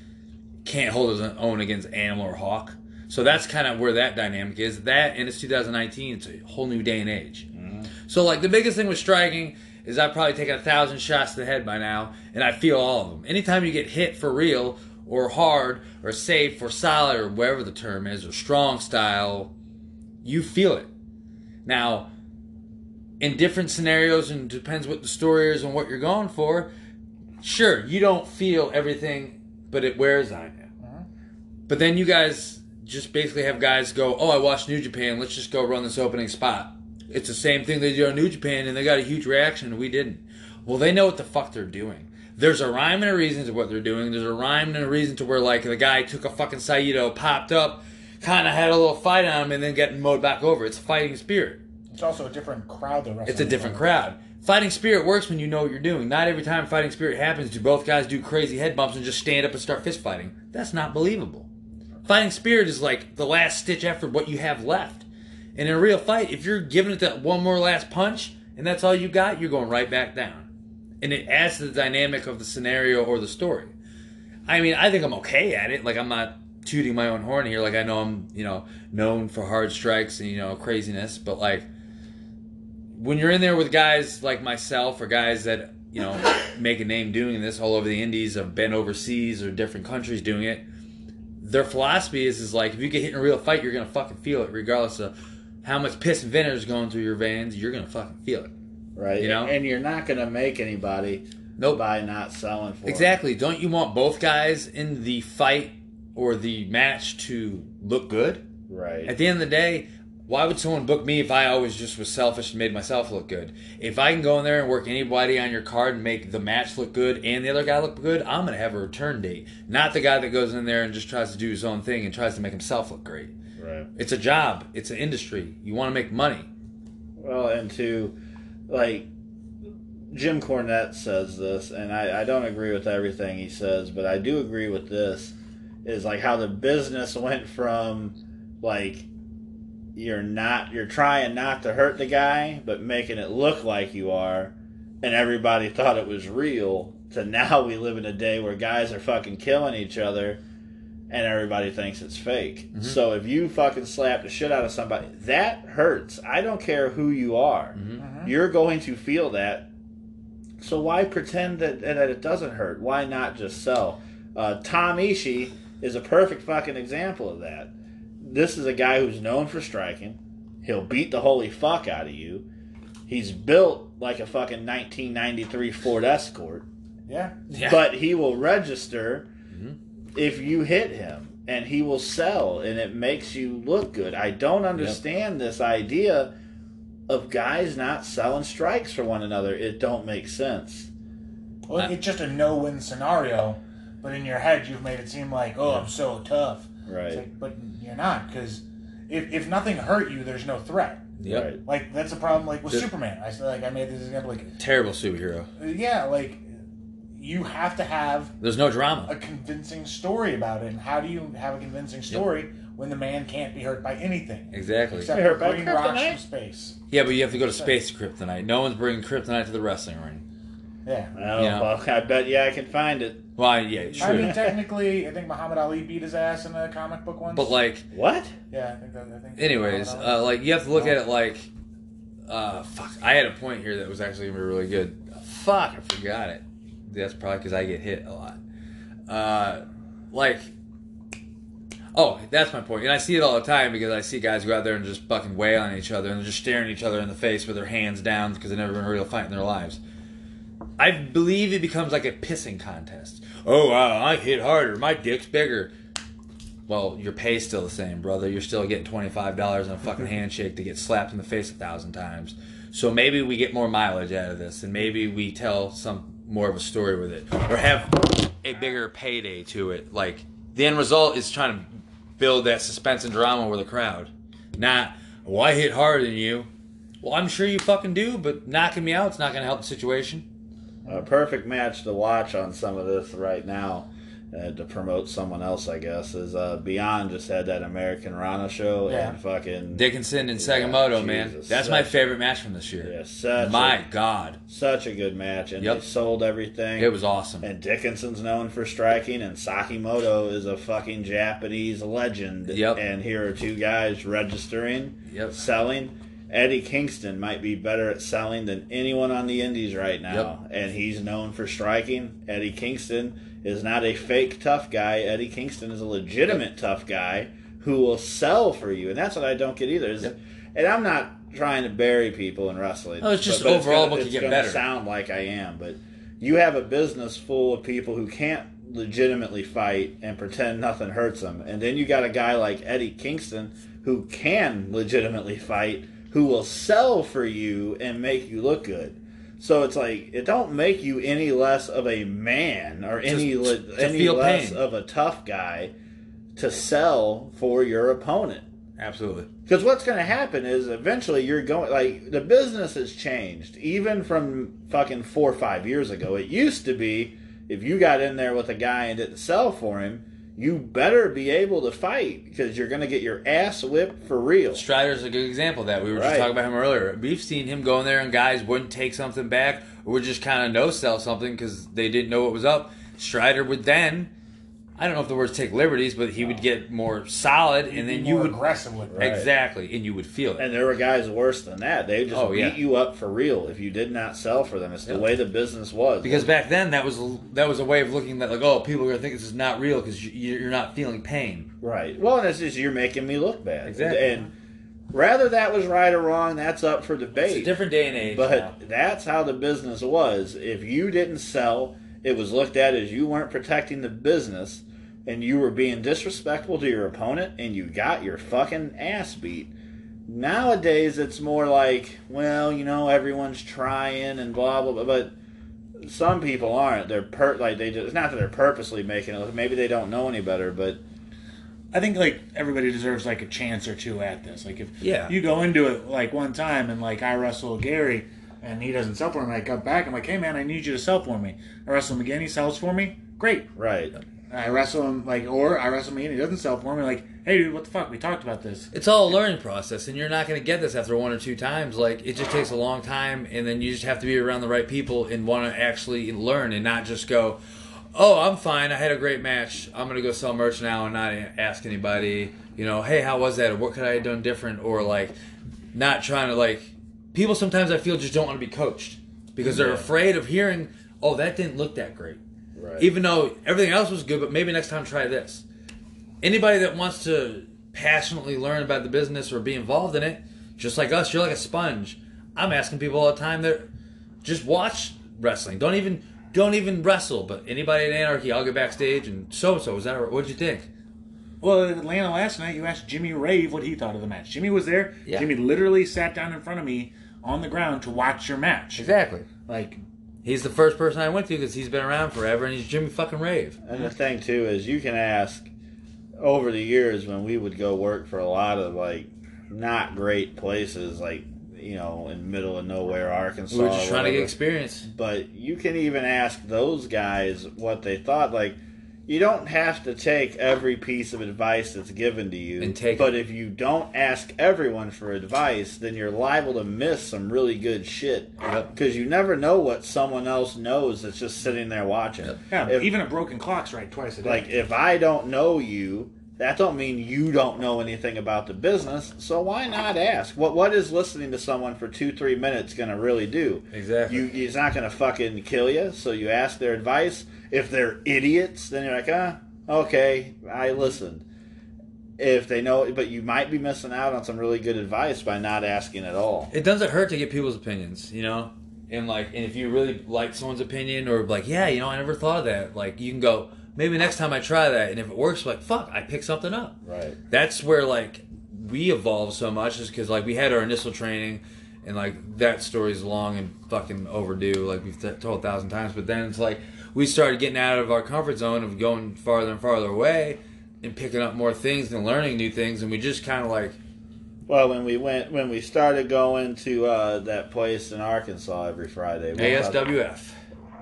S3: can't hold his own against Animal or Hawk. So that's kind of where that dynamic is. That and it's 2019. It's a whole new day and age. So like the biggest thing with striking is I've probably taken a thousand shots to the head by now, and I feel all of them. Anytime you get hit for real or hard or safe or solid or whatever the term is or strong style, you feel it. Now, in different scenarios and depends what the story is and what you're going for. Sure, you don't feel everything, but it wears on you. But then you guys just basically have guys go, "Oh, I watched New Japan. Let's just go run this opening spot." It's the same thing they do on New Japan, and they got a huge reaction, and we didn't. Well, they know what the fuck they're doing. There's a rhyme and a reason to what they're doing. There's a rhyme and a reason to where like the guy took a fucking Saito, popped up, kind of had a little fight on him, and then getting mowed back over. It's fighting spirit.
S1: It's also a different crowd. The
S3: It's a different crowd. Fighting spirit works when you know what you're doing. Not every time fighting spirit happens do both guys do crazy head bumps and just stand up and start fist fighting. That's not believable. Fighting spirit is like the last stitch after what you have left. And in a real fight, if you're giving it that one more last punch and that's all you got, you're going right back down. And it adds to the dynamic of the scenario or the story. I mean, I think I'm okay at it. Like I'm not tooting my own horn here. Like I know I'm, you know, known for hard strikes and you know craziness, but like when you're in there with guys like myself or guys that you know make a name doing this all over the indies have been overseas or different countries doing it their philosophy is is like if you get hit in a real fight you're gonna fucking feel it regardless of how much piss and vinegar is going through your veins you're gonna fucking feel it
S2: right?
S3: You know?
S2: And you're not going to make anybody
S3: Nope.
S2: by not selling for it.
S3: exactly don't you want both guys in the fight or the match to look good
S2: Right.
S3: At the end of the day, why would someone book me if I always just was selfish and made myself look good? If I can go in there and work anybody on your card and make the match look good and the other guy look good, I'm going to have a return date. Not the guy that goes in there and just tries to do his own thing and tries to make himself look great.
S2: right.
S3: It's a job, it's an industry. You want to make money.
S2: Well, and to like Jim Cornette says this, and I, I don't agree with everything he says, but I do agree with this. is like how the business went from like you're not you're trying not to hurt the guy but making it look like you are and everybody thought it was real to now we live in a day where guys are fucking killing each other and everybody thinks it's fake.
S3: Mhm.
S2: So if you fucking slap the shit out of somebody, that hurts. I don't care who you are.
S3: Mhm.
S2: You're going to feel that. So why pretend that, that it doesn't hurt? Why not just sell? Uh, Tom Ishii is a perfect fucking example of that. This is a guy who's known for striking. He'll beat the holy fuck out of you. He's built like a fucking 1993 Ford Escort
S1: Yeah.
S3: Yeah.
S2: but he will register
S3: Mhm.
S2: if you hit him and he will sell and it makes you look good i don't understand this idea of guys not selling strikes for one another it don't make sense
S1: Well, it's just a no-win scenario, but in your head you've made it seem like, oh, I'm so tough. It's
S2: right
S1: like, but you're not, because if, if nothing hurt you, there's no threat.
S3: Yep.
S2: right
S1: Like that's a problem. Like with
S3: Yeah.
S1: Superman, I said, like I made this example. Like
S3: Terrible superhero.
S1: uh, yeah, like you have to have
S3: There's no drama.
S1: a convincing story about it. And how do you have a convincing story when the man can't be hurt by anything
S3: Exactly.
S1: except
S2: Hurt
S1: for
S2: by
S1: green rocks
S2: kryptonite?
S1: from space?
S3: Yeah, but you have to go to space to kryptonite. No one's bringing kryptonite to the wrestling ring.
S1: Yeah.
S2: well,
S3: Yeah.
S2: fuck, i bet yeah i can find it
S3: Well, yeah,
S1: I
S3: true.
S1: mean, technically, I think Muhammad Ali beat his ass in a comic book once.
S3: But like,
S2: what
S1: yeah, I think that. I think
S3: anyways,
S1: Muhammad
S3: uh,
S1: Ali.
S3: like you have to look at it like, uh, fuck. I had a point here that was actually gonna be really good. Fuck, I forgot it. That's probably because I get hit a lot. Uh, like, oh, that's my point. And I see it all the time because I see guys go out there and just fucking wail on each other and they're just staring each other in the face with their hands down because they've never been in a real fight in their lives. I believe it becomes like a pissing contest. Oh, wow, I hit harder. My dick's bigger. Well, your pay's still the same, brother. You're still getting $25 on a fucking handshake to get slapped in the face a thousand times. So maybe we get more mileage out of this, and maybe we tell some more of a story with it, or have a bigger payday to it. Like the end result is trying to build that suspense and drama with a crowd, not well, I hit harder than you. Well, I'm sure you fucking do, but knocking me out's not going to help the situation.
S2: a perfect match to watch on some of this right now uh, to promote someone else i guess is uh, beyond just had that american rana show
S1: Yeah.
S2: and fucking
S3: Dickinson and Sakamoto,
S2: Yeah,
S3: man.
S2: Jesus.
S3: That's my favorite match from this year.
S2: yeah, such a-
S3: my God.
S2: such a good match, and
S3: Yep.
S2: they sold everything.
S3: It was awesome.
S2: And Dickinson's known for striking, and Sakimoto is a fucking Japanese legend.
S3: Yep.
S2: And here are two guys registering,
S3: Yep.
S2: selling. Eddie Kingston might be better at selling than anyone on the Indies right now, and he's known for striking. Eddie Kingston is not a fake tough guy. Eddie Kingston is a legitimate tough guy who will sell for you, and that's what I don't get either. Is,
S3: Yep.
S2: And I'm not trying to bury people in wrestling.
S3: No, it's just overall what could
S2: it's
S3: get
S2: gonna
S3: better.
S2: Sound like I am, but you have a business full of people who can't legitimately fight and pretend nothing hurts them. And then you got a guy like Eddie Kingston who can legitimately fight, who will sell for you and make you look good. So it's like it don't make you any less of a man or any le-
S3: to
S2: any
S3: feel
S2: less
S3: pain.
S2: of a tough guy to sell for your opponent.
S3: Absolutely.
S2: Because what's going to happen is eventually you're going like the business has changed even from fucking four or five years ago. It used to be if you got in there with a guy and didn't sell for him, you better be able to fight because you're going to get your ass whipped for real.
S3: Strider's a good example of that. We were just
S2: Right.
S3: talking about him earlier. We've seen him go in there and guys wouldn't take something back or would just kind of no sell something because they didn't know what was up. Strider would then, I don't know if the words take liberties, but he would get more solid and
S1: Be
S3: then you
S1: more
S3: would.
S1: aggressive with it.
S2: Right.
S3: Exactly. And you would feel it.
S2: And there were guys worse than that. They just
S3: Oh,
S2: beat
S3: yeah.
S2: you up for real if you did not sell for them. It's the way the business was.
S3: Because back then, that was that was a way of looking at like, oh, people are gonna think this is not real because you're not feeling pain.
S2: Right. Well, and it's just you're making me look bad.
S3: Exactly.
S2: And whether that was right or wrong, that's up for
S3: It's a
S2: debate.
S3: different day and age. now.
S2: But that's how the business was. If you didn't sell, it was looked at as you weren't protecting the business and you were being disrespectful to your opponent and you got your fucking ass beat. Nowadays, it's more like, well, you know, everyone's trying and blah, blah, blah. But some people aren't. They're per- like, they just, it's not that they're purposely making it look, maybe they don't know any better, but
S1: I think like everybody deserves like a chance or two at this. Like if
S3: Yeah.
S1: you go into it like one time and like I wrestle Gary and he doesn't sell for me, I come back. I'm like, hey man, I need you to sell for me. I wrestle him again. He sells for me. Great.
S2: right.
S1: And I wrestle him like, or I wrestle me and he doesn't sell for me. Like, hey dude, what the fuck? We talked about this.
S3: It's all a learning process, and you're not going to get this after one or two times. Like it just takes a long time, and then you just have to be around the right people and want to actually learn and not just go, "Oh, I'm fine. I had a great match. I'm going to go sell merch now and not ask anybody." You know, hey, how was that? Or what could I have done different? Or like, not trying to like. People sometimes I feel just don't want to be coached because they're afraid of hearing, "Oh, that didn't look that great,"
S2: Right.
S3: even though everything else was good. But maybe next time try this anybody that wants to passionately learn about the business or be involved in it, just like us, you're like a sponge. I'm asking people all the time that just watch wrestling. Don't even don't even wrestle. But anybody at Anarchy, I'll go backstage and so so. Was that all right? what'd you think?
S1: Well, in Atlanta last night, you asked Jimmy Rave what he thought of the match. Jimmy was there.
S3: Yeah.
S1: Jimmy literally sat down in front of me on the ground to watch your match.
S3: Exactly.
S1: Like,
S3: He's the first person I went to because he's been around forever and he's Jimmy fucking Rave.
S2: And the thing too is you can ask over the years when we would go work for a lot of like not great places like you know in middle of nowhere Arkansas.
S3: We were just
S2: or
S3: trying to get
S2: whatever.
S3: experience.
S2: but you can even ask those guys what they thought like you don't have to take every piece of advice that's given to you
S3: And take
S2: but if you don't ask everyone for advice then you're liable to miss some really good shit
S3: Yep.
S2: because you never know what someone else knows that's just sitting there watching
S1: yeah,
S2: If-
S1: even a broken clock's right twice a day.
S2: like if i don't know you that don't mean you don't know anything about the business so why not ask what what is listening to someone for two three minutes gonna really do
S3: Exactly.
S2: you it's not gonna fucking kill you so you ask their advice if they're idiots then you're like ah okay i listened if they know but you might be missing out on some really good advice by not asking at all
S3: it doesn't hurt to get people's opinions, you know? And like and if you really like someone's opinion or like, yeah, you know, I never thought of that, like you can go, maybe next time I try that and if it works, like fuck, I pick something up.
S2: right
S3: That's where like we evolved so much is cuz like we had our initial training and like that story's long and fucking overdue, like we've t- told a thousand times, but then it's like we started getting out of our comfort zone of going farther and farther away and picking up more things and learning new things and we just kind of like
S2: Well, when we went, when we started going to uh, that place in Arkansas every Friday. we-
S3: ASWF.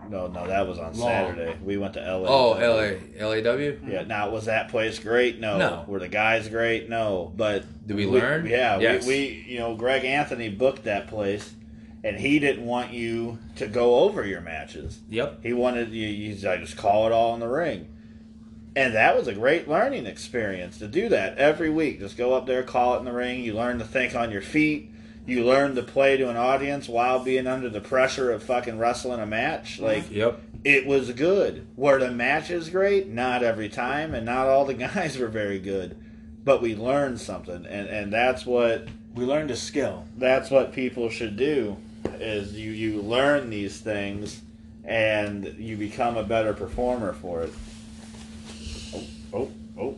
S2: No, no, that was on
S3: Long.
S2: Saturday. We went to LA.
S3: Oh, LA LAW.
S2: Yeah. Now, was that place great? No.
S3: No.
S2: Were the guys great? No. But
S3: Did we learn?
S2: Yeah.
S3: Yes.
S2: We, we, you know, Greg Anthony booked that place, and he didn't want you to go over your matches.
S3: Yep.
S2: He wanted you. He's like, just call it all in the ring. And that was a great learning experience to do that every week. Just go up there, call it in the ring. You learn to think on your feet. You learn to play to an audience while being under the pressure of fucking wrestling a match. Like
S3: Yep.
S2: it was good. Were the matches great? Not every time, and not all the guys were very good. But we learned something, and, and that's what
S1: we learned a skill.
S2: that's what people should do is you, you learn these things and you become a better performer for it. Oh, oh, oh.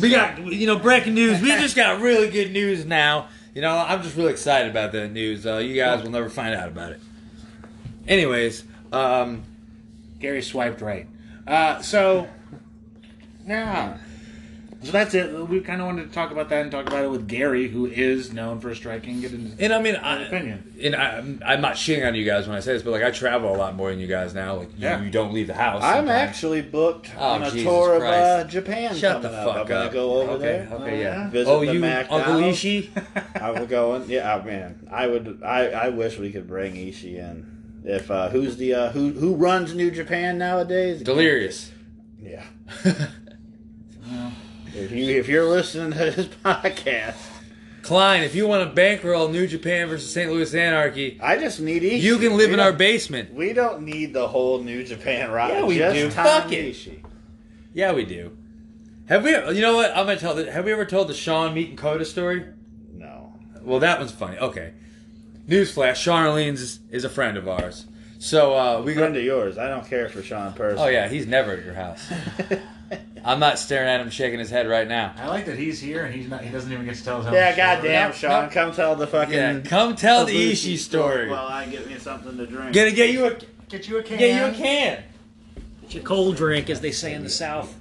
S3: We got you know breaking news. We just got really good news now. You know, I'm just really excited about that news. Uh, you guys will never find out about it. Anyways, um,
S1: Gary swiped right. Uh, so, yeah. So that's it. We kind of wanted to talk about that and talk about it with Gary, who is known for striking. Get into
S3: and I mean, I,
S1: Opinion.
S3: and I, I'm- I'm not shitting on you guys when I say this, but like I travel a lot more than you guys now. Like you,
S1: Yeah.
S3: you don't leave the house.
S2: I'm
S3: sometimes.
S2: actually booked
S3: Oh,
S2: on a
S3: Jesus
S2: tour of uh,
S3: Christ.
S2: Japan
S3: shut the
S2: coming up.
S3: fuck up.
S2: I'm gonna go over
S3: okay,
S2: there.
S3: Okay, yeah.
S2: Visit
S3: oh,
S2: the
S3: you Uncle
S2: McDonald's.
S3: Ishii.
S2: I would go in. Yeah, oh, man. I would. I, I wish we could bring Ishii in. If uh, who's the uh, who who runs New Japan nowadays?
S3: Delirious.
S2: Yeah. If you if you're listening to this podcast,
S3: Klein, if you want to bankroll New Japan versus St. Louis Anarchy,
S2: I just need Ishii.
S3: you can live
S2: We
S3: in our
S2: don't-
S3: basement.
S2: We don't need the whole New Japan roster.
S3: Yeah, we
S2: just
S3: do.
S2: Tommy
S3: Fuck it.
S2: Ishii.
S3: Yeah, we do. Have we? You know what? I'm gonna tell. The, have we ever told the Sean Meat and Coda story?
S2: No.
S3: Well, that one's funny. Okay. Newsflash: Sean Orleans is, is a friend of ours. So uh, we
S2: Friend
S3: go.
S2: of yours. I don't care for Sean Person.
S3: Oh yeah, he's never at your house. I'm not staring at him shaking his head right now.
S1: I like that he's here and he's not. He doesn't even get to tell his own
S2: Yeah,
S1: story.
S2: goddamn,
S3: No,
S2: Sean.
S3: no.
S2: Come tell the fucking.
S3: Yeah, come tell the
S2: Ibushi
S3: Ishii story.
S2: While I get me something to drink.
S3: Gonna get you a
S1: Get you a can.
S3: get you a can.
S4: It's a cold drink, as they say in the South.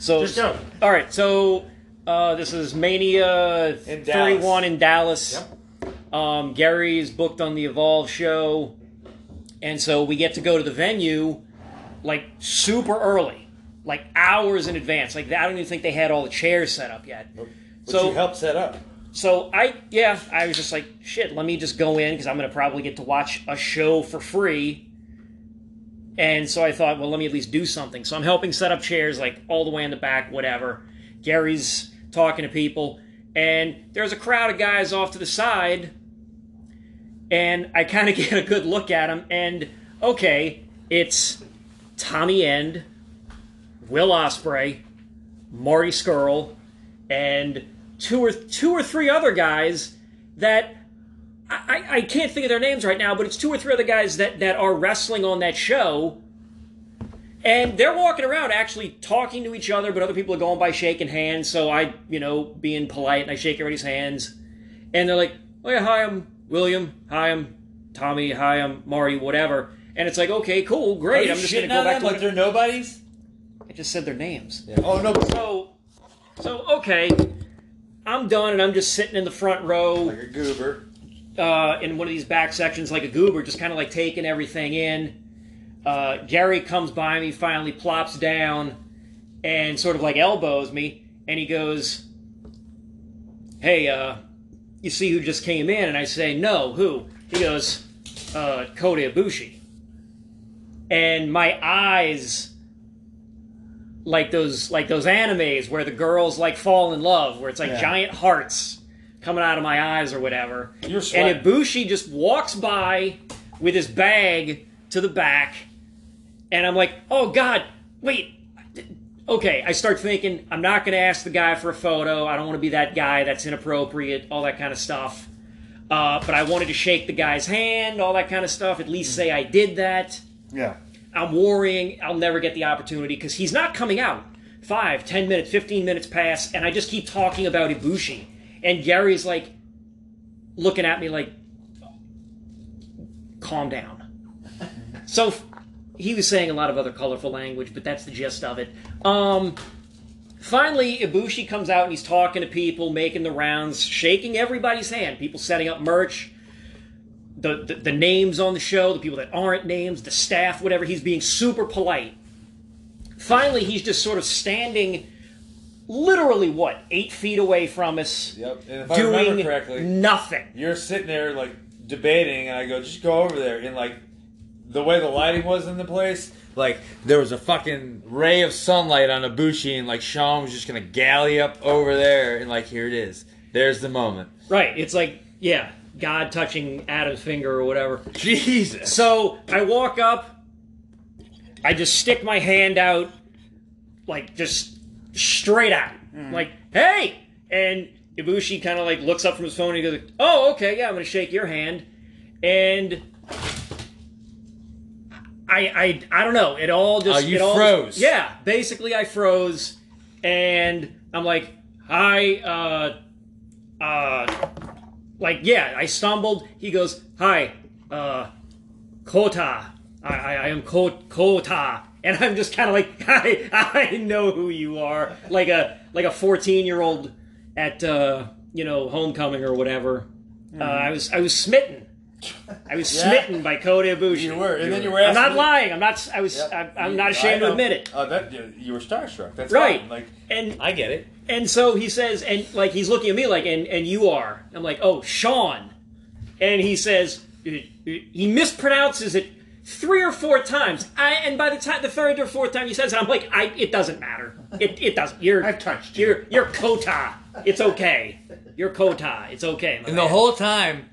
S4: So,
S1: Just go.
S4: all right. So, uh, this is Mania
S3: In
S4: 31
S3: Dallas.
S4: in Dallas. Um, Gary is booked on the Evolve show. And so we get to go to the venue like super early, like hours in advance. Like I don't even think they had all the chairs set up yet.
S5: But you helped set up.
S4: So I, yeah, I was just like, shit, let me just go in because I'm going to probably get to watch a show for free. And so I thought, well, let me at least do something. So I'm helping set up chairs, like all the way in the back, whatever. Gary's talking to people, and there's a crowd of guys off to the side, and I kind of get a good look at them. And okay, it's Tommy End, Will Osprey, Marty Skrull, and two or two or three other guys that I, I- I can't think of their names right now, but it's two or three other guys that, that are wrestling on that show. And they're walking around actually talking to each other, but other people are going by shaking hands. So I, you know, being polite and I shake everybody's hands. And they're like, oh, yeah, hi, I'm William. Hi, I'm Tommy. Hi, I'm Marty, whatever. And it's like, okay, cool,
S5: Are
S4: great.
S5: you
S4: I'm just going
S5: shitting
S4: to go
S5: on
S4: back
S5: them
S4: to
S5: like they're nobodies?
S4: I just said their names.
S5: Oh no!
S4: So, so okay, I'm done, and I'm just sitting in the front row
S5: Like a goober.
S4: uh, in one of these back sections, like a goober, just kind of like taking everything in. Uh, Gary comes by me, finally plops down, and sort of like elbows me, and he goes, "Hey, uh, you see who just came in?" And I say, "No, who?" He goes, uh, "Kota Ibushi." And my eyes like those like those animes where the girls like fall in love, where it's like
S5: Yeah.
S4: giant hearts coming out of my eyes or whatever.
S5: You're sweating.
S4: and Ibushi just walks by with his bag to the back, and I'm like, oh god, wait. Okay, I start thinking I'm not going to ask the guy for a photo. I don't want to be that guy. That's inappropriate. All that kind of stuff. Uh, but I wanted to shake the guy's hand, all that kind of stuff. At least say I did that.
S1: Yeah.
S4: I'm worrying I'll never get the opportunity because he's not coming out. Five, ten minutes, fifteen minutes pass, and I just keep talking about Ibushi. And Gary's like looking at me like, calm down. so f- he was saying a lot of other colorful language, but that's the gist of it. Um, finally, Ibushi comes out and he's talking to people, making the rounds, shaking everybody's hand, people setting up merch the, the, the names on the show, the people that aren't names, the staff, whatever. He's being super polite. Finally, he's just sort of standing literally, what, eight feet away from us,
S5: Yep. And if I
S4: doing
S5: remember correctly,
S4: nothing.
S5: you're sitting there like debating, and I go, "Just go over there." And like the way the lighting was in the place,
S3: Like there was a fucking ray of sunlight on Ibushi, and like Sean was just gonna galley up over there, and like here it is. There's the moment.
S4: Right. It's like, yeah, God touching Adam's finger or whatever.
S3: Jesus.
S4: So I walk up, I just stick my hand out, like just straight out, like hey, and Ibushi kind of like looks up from his phone and he goes, oh okay, yeah, I'm gonna shake your hand, and. I, I, I don't know. It all just
S3: Oh, you
S4: it all
S3: froze.
S4: yeah, basically I froze, and I'm like, hi, uh, uh, like yeah, I stumbled. He goes, hi, uh, Kota. I, I, I am Ko- Kota. And I'm just kind of like, I, I know who you are. Like a like a 14 year old at uh, you know homecoming or whatever. Uh, I was I was smitten. I was
S5: Mm-hmm. Yeah.
S4: smitten by Kota Ibushi.
S5: you were, and then you were.
S4: I'm not
S5: asking-
S4: lying. I'm not. s- I was. I'm, I'm not ashamed
S5: I
S4: to
S5: know.
S4: admit it.
S5: Oh, that you, you were starstruck. That's
S4: Right.
S5: fine. Like
S4: And
S3: I get it.
S4: and so he says, and like he's looking at me like, and and you are. I'm like, oh, Sean. And he says, he mispronounces it three or four times. I and by the time the third or fourth time he says it, I'm like, I it doesn't matter. It it doesn't. You're
S1: I've touched you.
S4: you're you're Kota. It's okay. You're Kota. It's okay. my
S3: And the
S4: man.
S3: whole time,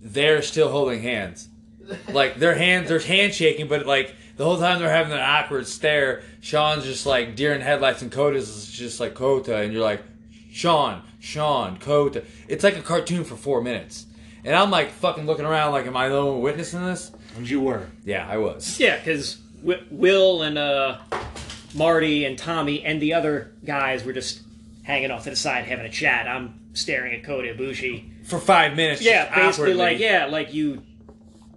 S3: they're still holding hands. Like their hands, they're handshaking, but like the whole time they're having that awkward stare. Sean's just like deer in headlights, and Cota's just like Cota, and you're like Sean, Sean, Cota. It's like a cartoon for four minutes, and I'm like fucking looking around, like, am I the one witnessing this?
S1: And you were.
S3: Yeah, I was.
S4: Yeah, because Will and uh, Marty and Tommy and the other guys were just hanging off to the side having a chat. I'm staring at Kota Ibushi.
S3: For five minutes.
S4: Yeah,
S3: just
S4: basically
S3: awkwardly.
S4: like yeah, like you,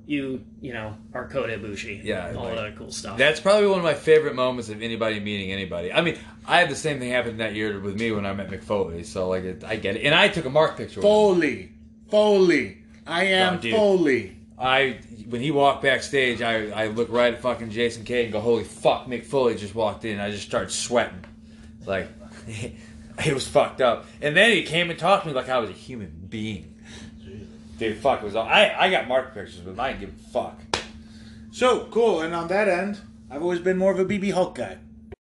S4: you, you know, are Kota Ibushi.
S3: Yeah,
S4: all
S3: like-
S4: that cool stuff.
S3: That's probably one of my favorite moments of anybody meeting anybody. I mean, I had the same thing happen that year with me when I met McFoley, so like it, I get it. And I took a mark picture. with him.
S1: Foley. Foley. I am
S3: Oh, dude.
S1: Foley.
S3: I when he walked backstage, I I look right at fucking Jason K and go, "Holy fuck, Mick Foley just walked in." I just started sweating, like it was fucked up. And then he came and talked to me like I was a human being. Dude, fuck, it was all, I I got market pictures with him. I didn't give a fuck.
S1: So cool. And on that end, I've always been more of a BB Hulk guy.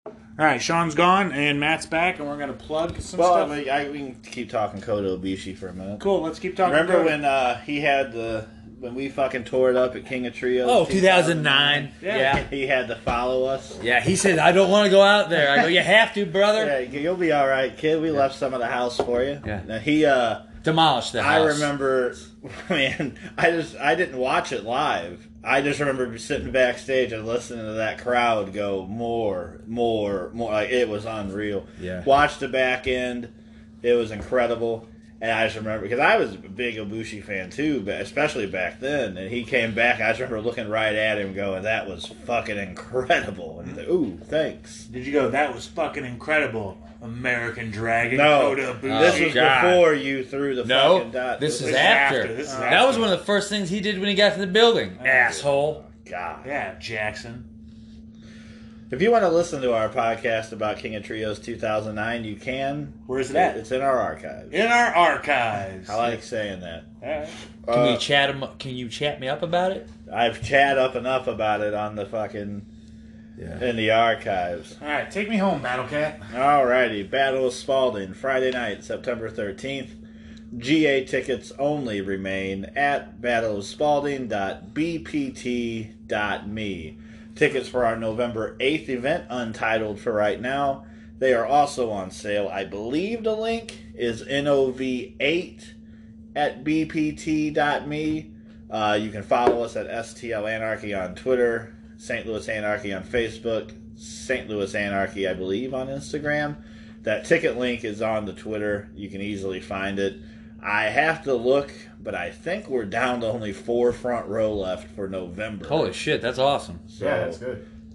S1: All right, Sean's gone and Matt's back, and we're gonna plug some
S2: Well,
S1: stuff.
S2: I, mean, I we can keep talking Kodo Obishi for a minute.
S1: Cool. Let's keep talking.
S2: Remember
S1: Dakota.
S2: when uh, he had the when we fucking tore it up at King of Trios?
S3: Oh, 2009.
S1: Yeah.
S3: Yeah.
S2: He had to follow us.
S3: Yeah, he said, I don't want to go out there. I go, you have to, brother.
S2: Yeah, you'll be all right, kid. We left some of the house for you.
S3: Yeah.
S2: Now, he, uh,
S3: Demolish the
S2: I
S3: house.
S2: remember, man. I just, I didn't watch it live. I just remember sitting backstage and listening to that crowd go more, more, more. Like it was unreal.
S3: Yeah.
S2: Watched the back end. It was incredible. And I just remember because I was a big Ibushi fan too, but especially back then. And he came back. I just remember looking right at him, going, "That was fucking incredible." And he's like, ooh, thanks.
S1: Did you go? That was fucking incredible. American Dragon.
S2: No,
S1: Kota Ibushi."
S2: this was
S3: Oh, God.
S2: before you threw the fucking
S3: No,
S2: dot.
S3: this is
S1: is
S3: after.
S1: after. This is
S3: that
S1: after.
S3: was one of the first things he did when he got to the building. Asshole.
S2: God.
S1: yeah, Jackson.
S2: If you want to listen to our podcast about King of Trios 2009, you can.
S1: Where is it at?
S2: It's in our archives.
S1: In our archives.
S2: I like saying that.
S1: All right.
S3: Can
S2: Uh,
S3: you chat him? Can you chat me up about it?
S2: I've chat up and up about it on the fucking
S3: Yeah.
S2: in the archives.
S1: All right, take me home, Battle Cat.
S2: Alrighty, Battle of Spalding, Friday night, September 13th. GA tickets only remain at battleofspalding.bpt.me. Tickets for our November 8th event, untitled for right now. They are also on sale. I believe the link is NOV8 at bpt.me. Uh, you can follow us at STL Anarchy on Twitter, St. Louis Anarchy on Facebook, St. Louis Anarchy, I believe, on Instagram. That ticket link is on the Twitter. You can easily find it. I have to look, but I think we're down to only four front row left for November.
S3: Holy shit, that's awesome.
S2: So,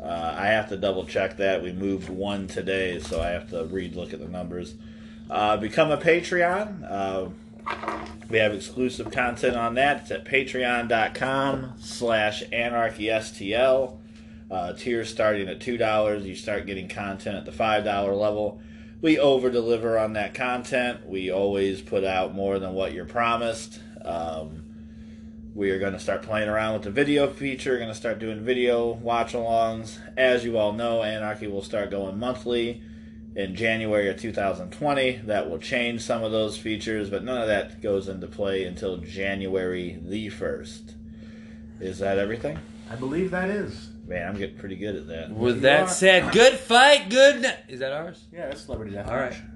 S2: Uh, I have to double check that. We moved one today, so I have to read look at the numbers. Uh, become a Patreon. Uh, we have exclusive content on that. It's at patreon.com slash anarchystl. Uh, tiers starting at $2. You start getting content at the $5 level. We over deliver on that content. We always put out more than what you're promised. Um, we are going to start playing around with the video feature. Going to start doing video watch alongs. As you all know, Anarchy will start going monthly in January of 2020. That will change some of those features, but none of that goes into play until January the 1st. Is that everything?
S1: I believe that is.
S2: Man, I'm getting pretty good at that.
S3: With
S1: You
S3: that
S1: are-
S3: said, good fight, good. Ni- Is that ours?
S1: Yeah, that's celebrity death.
S3: All right.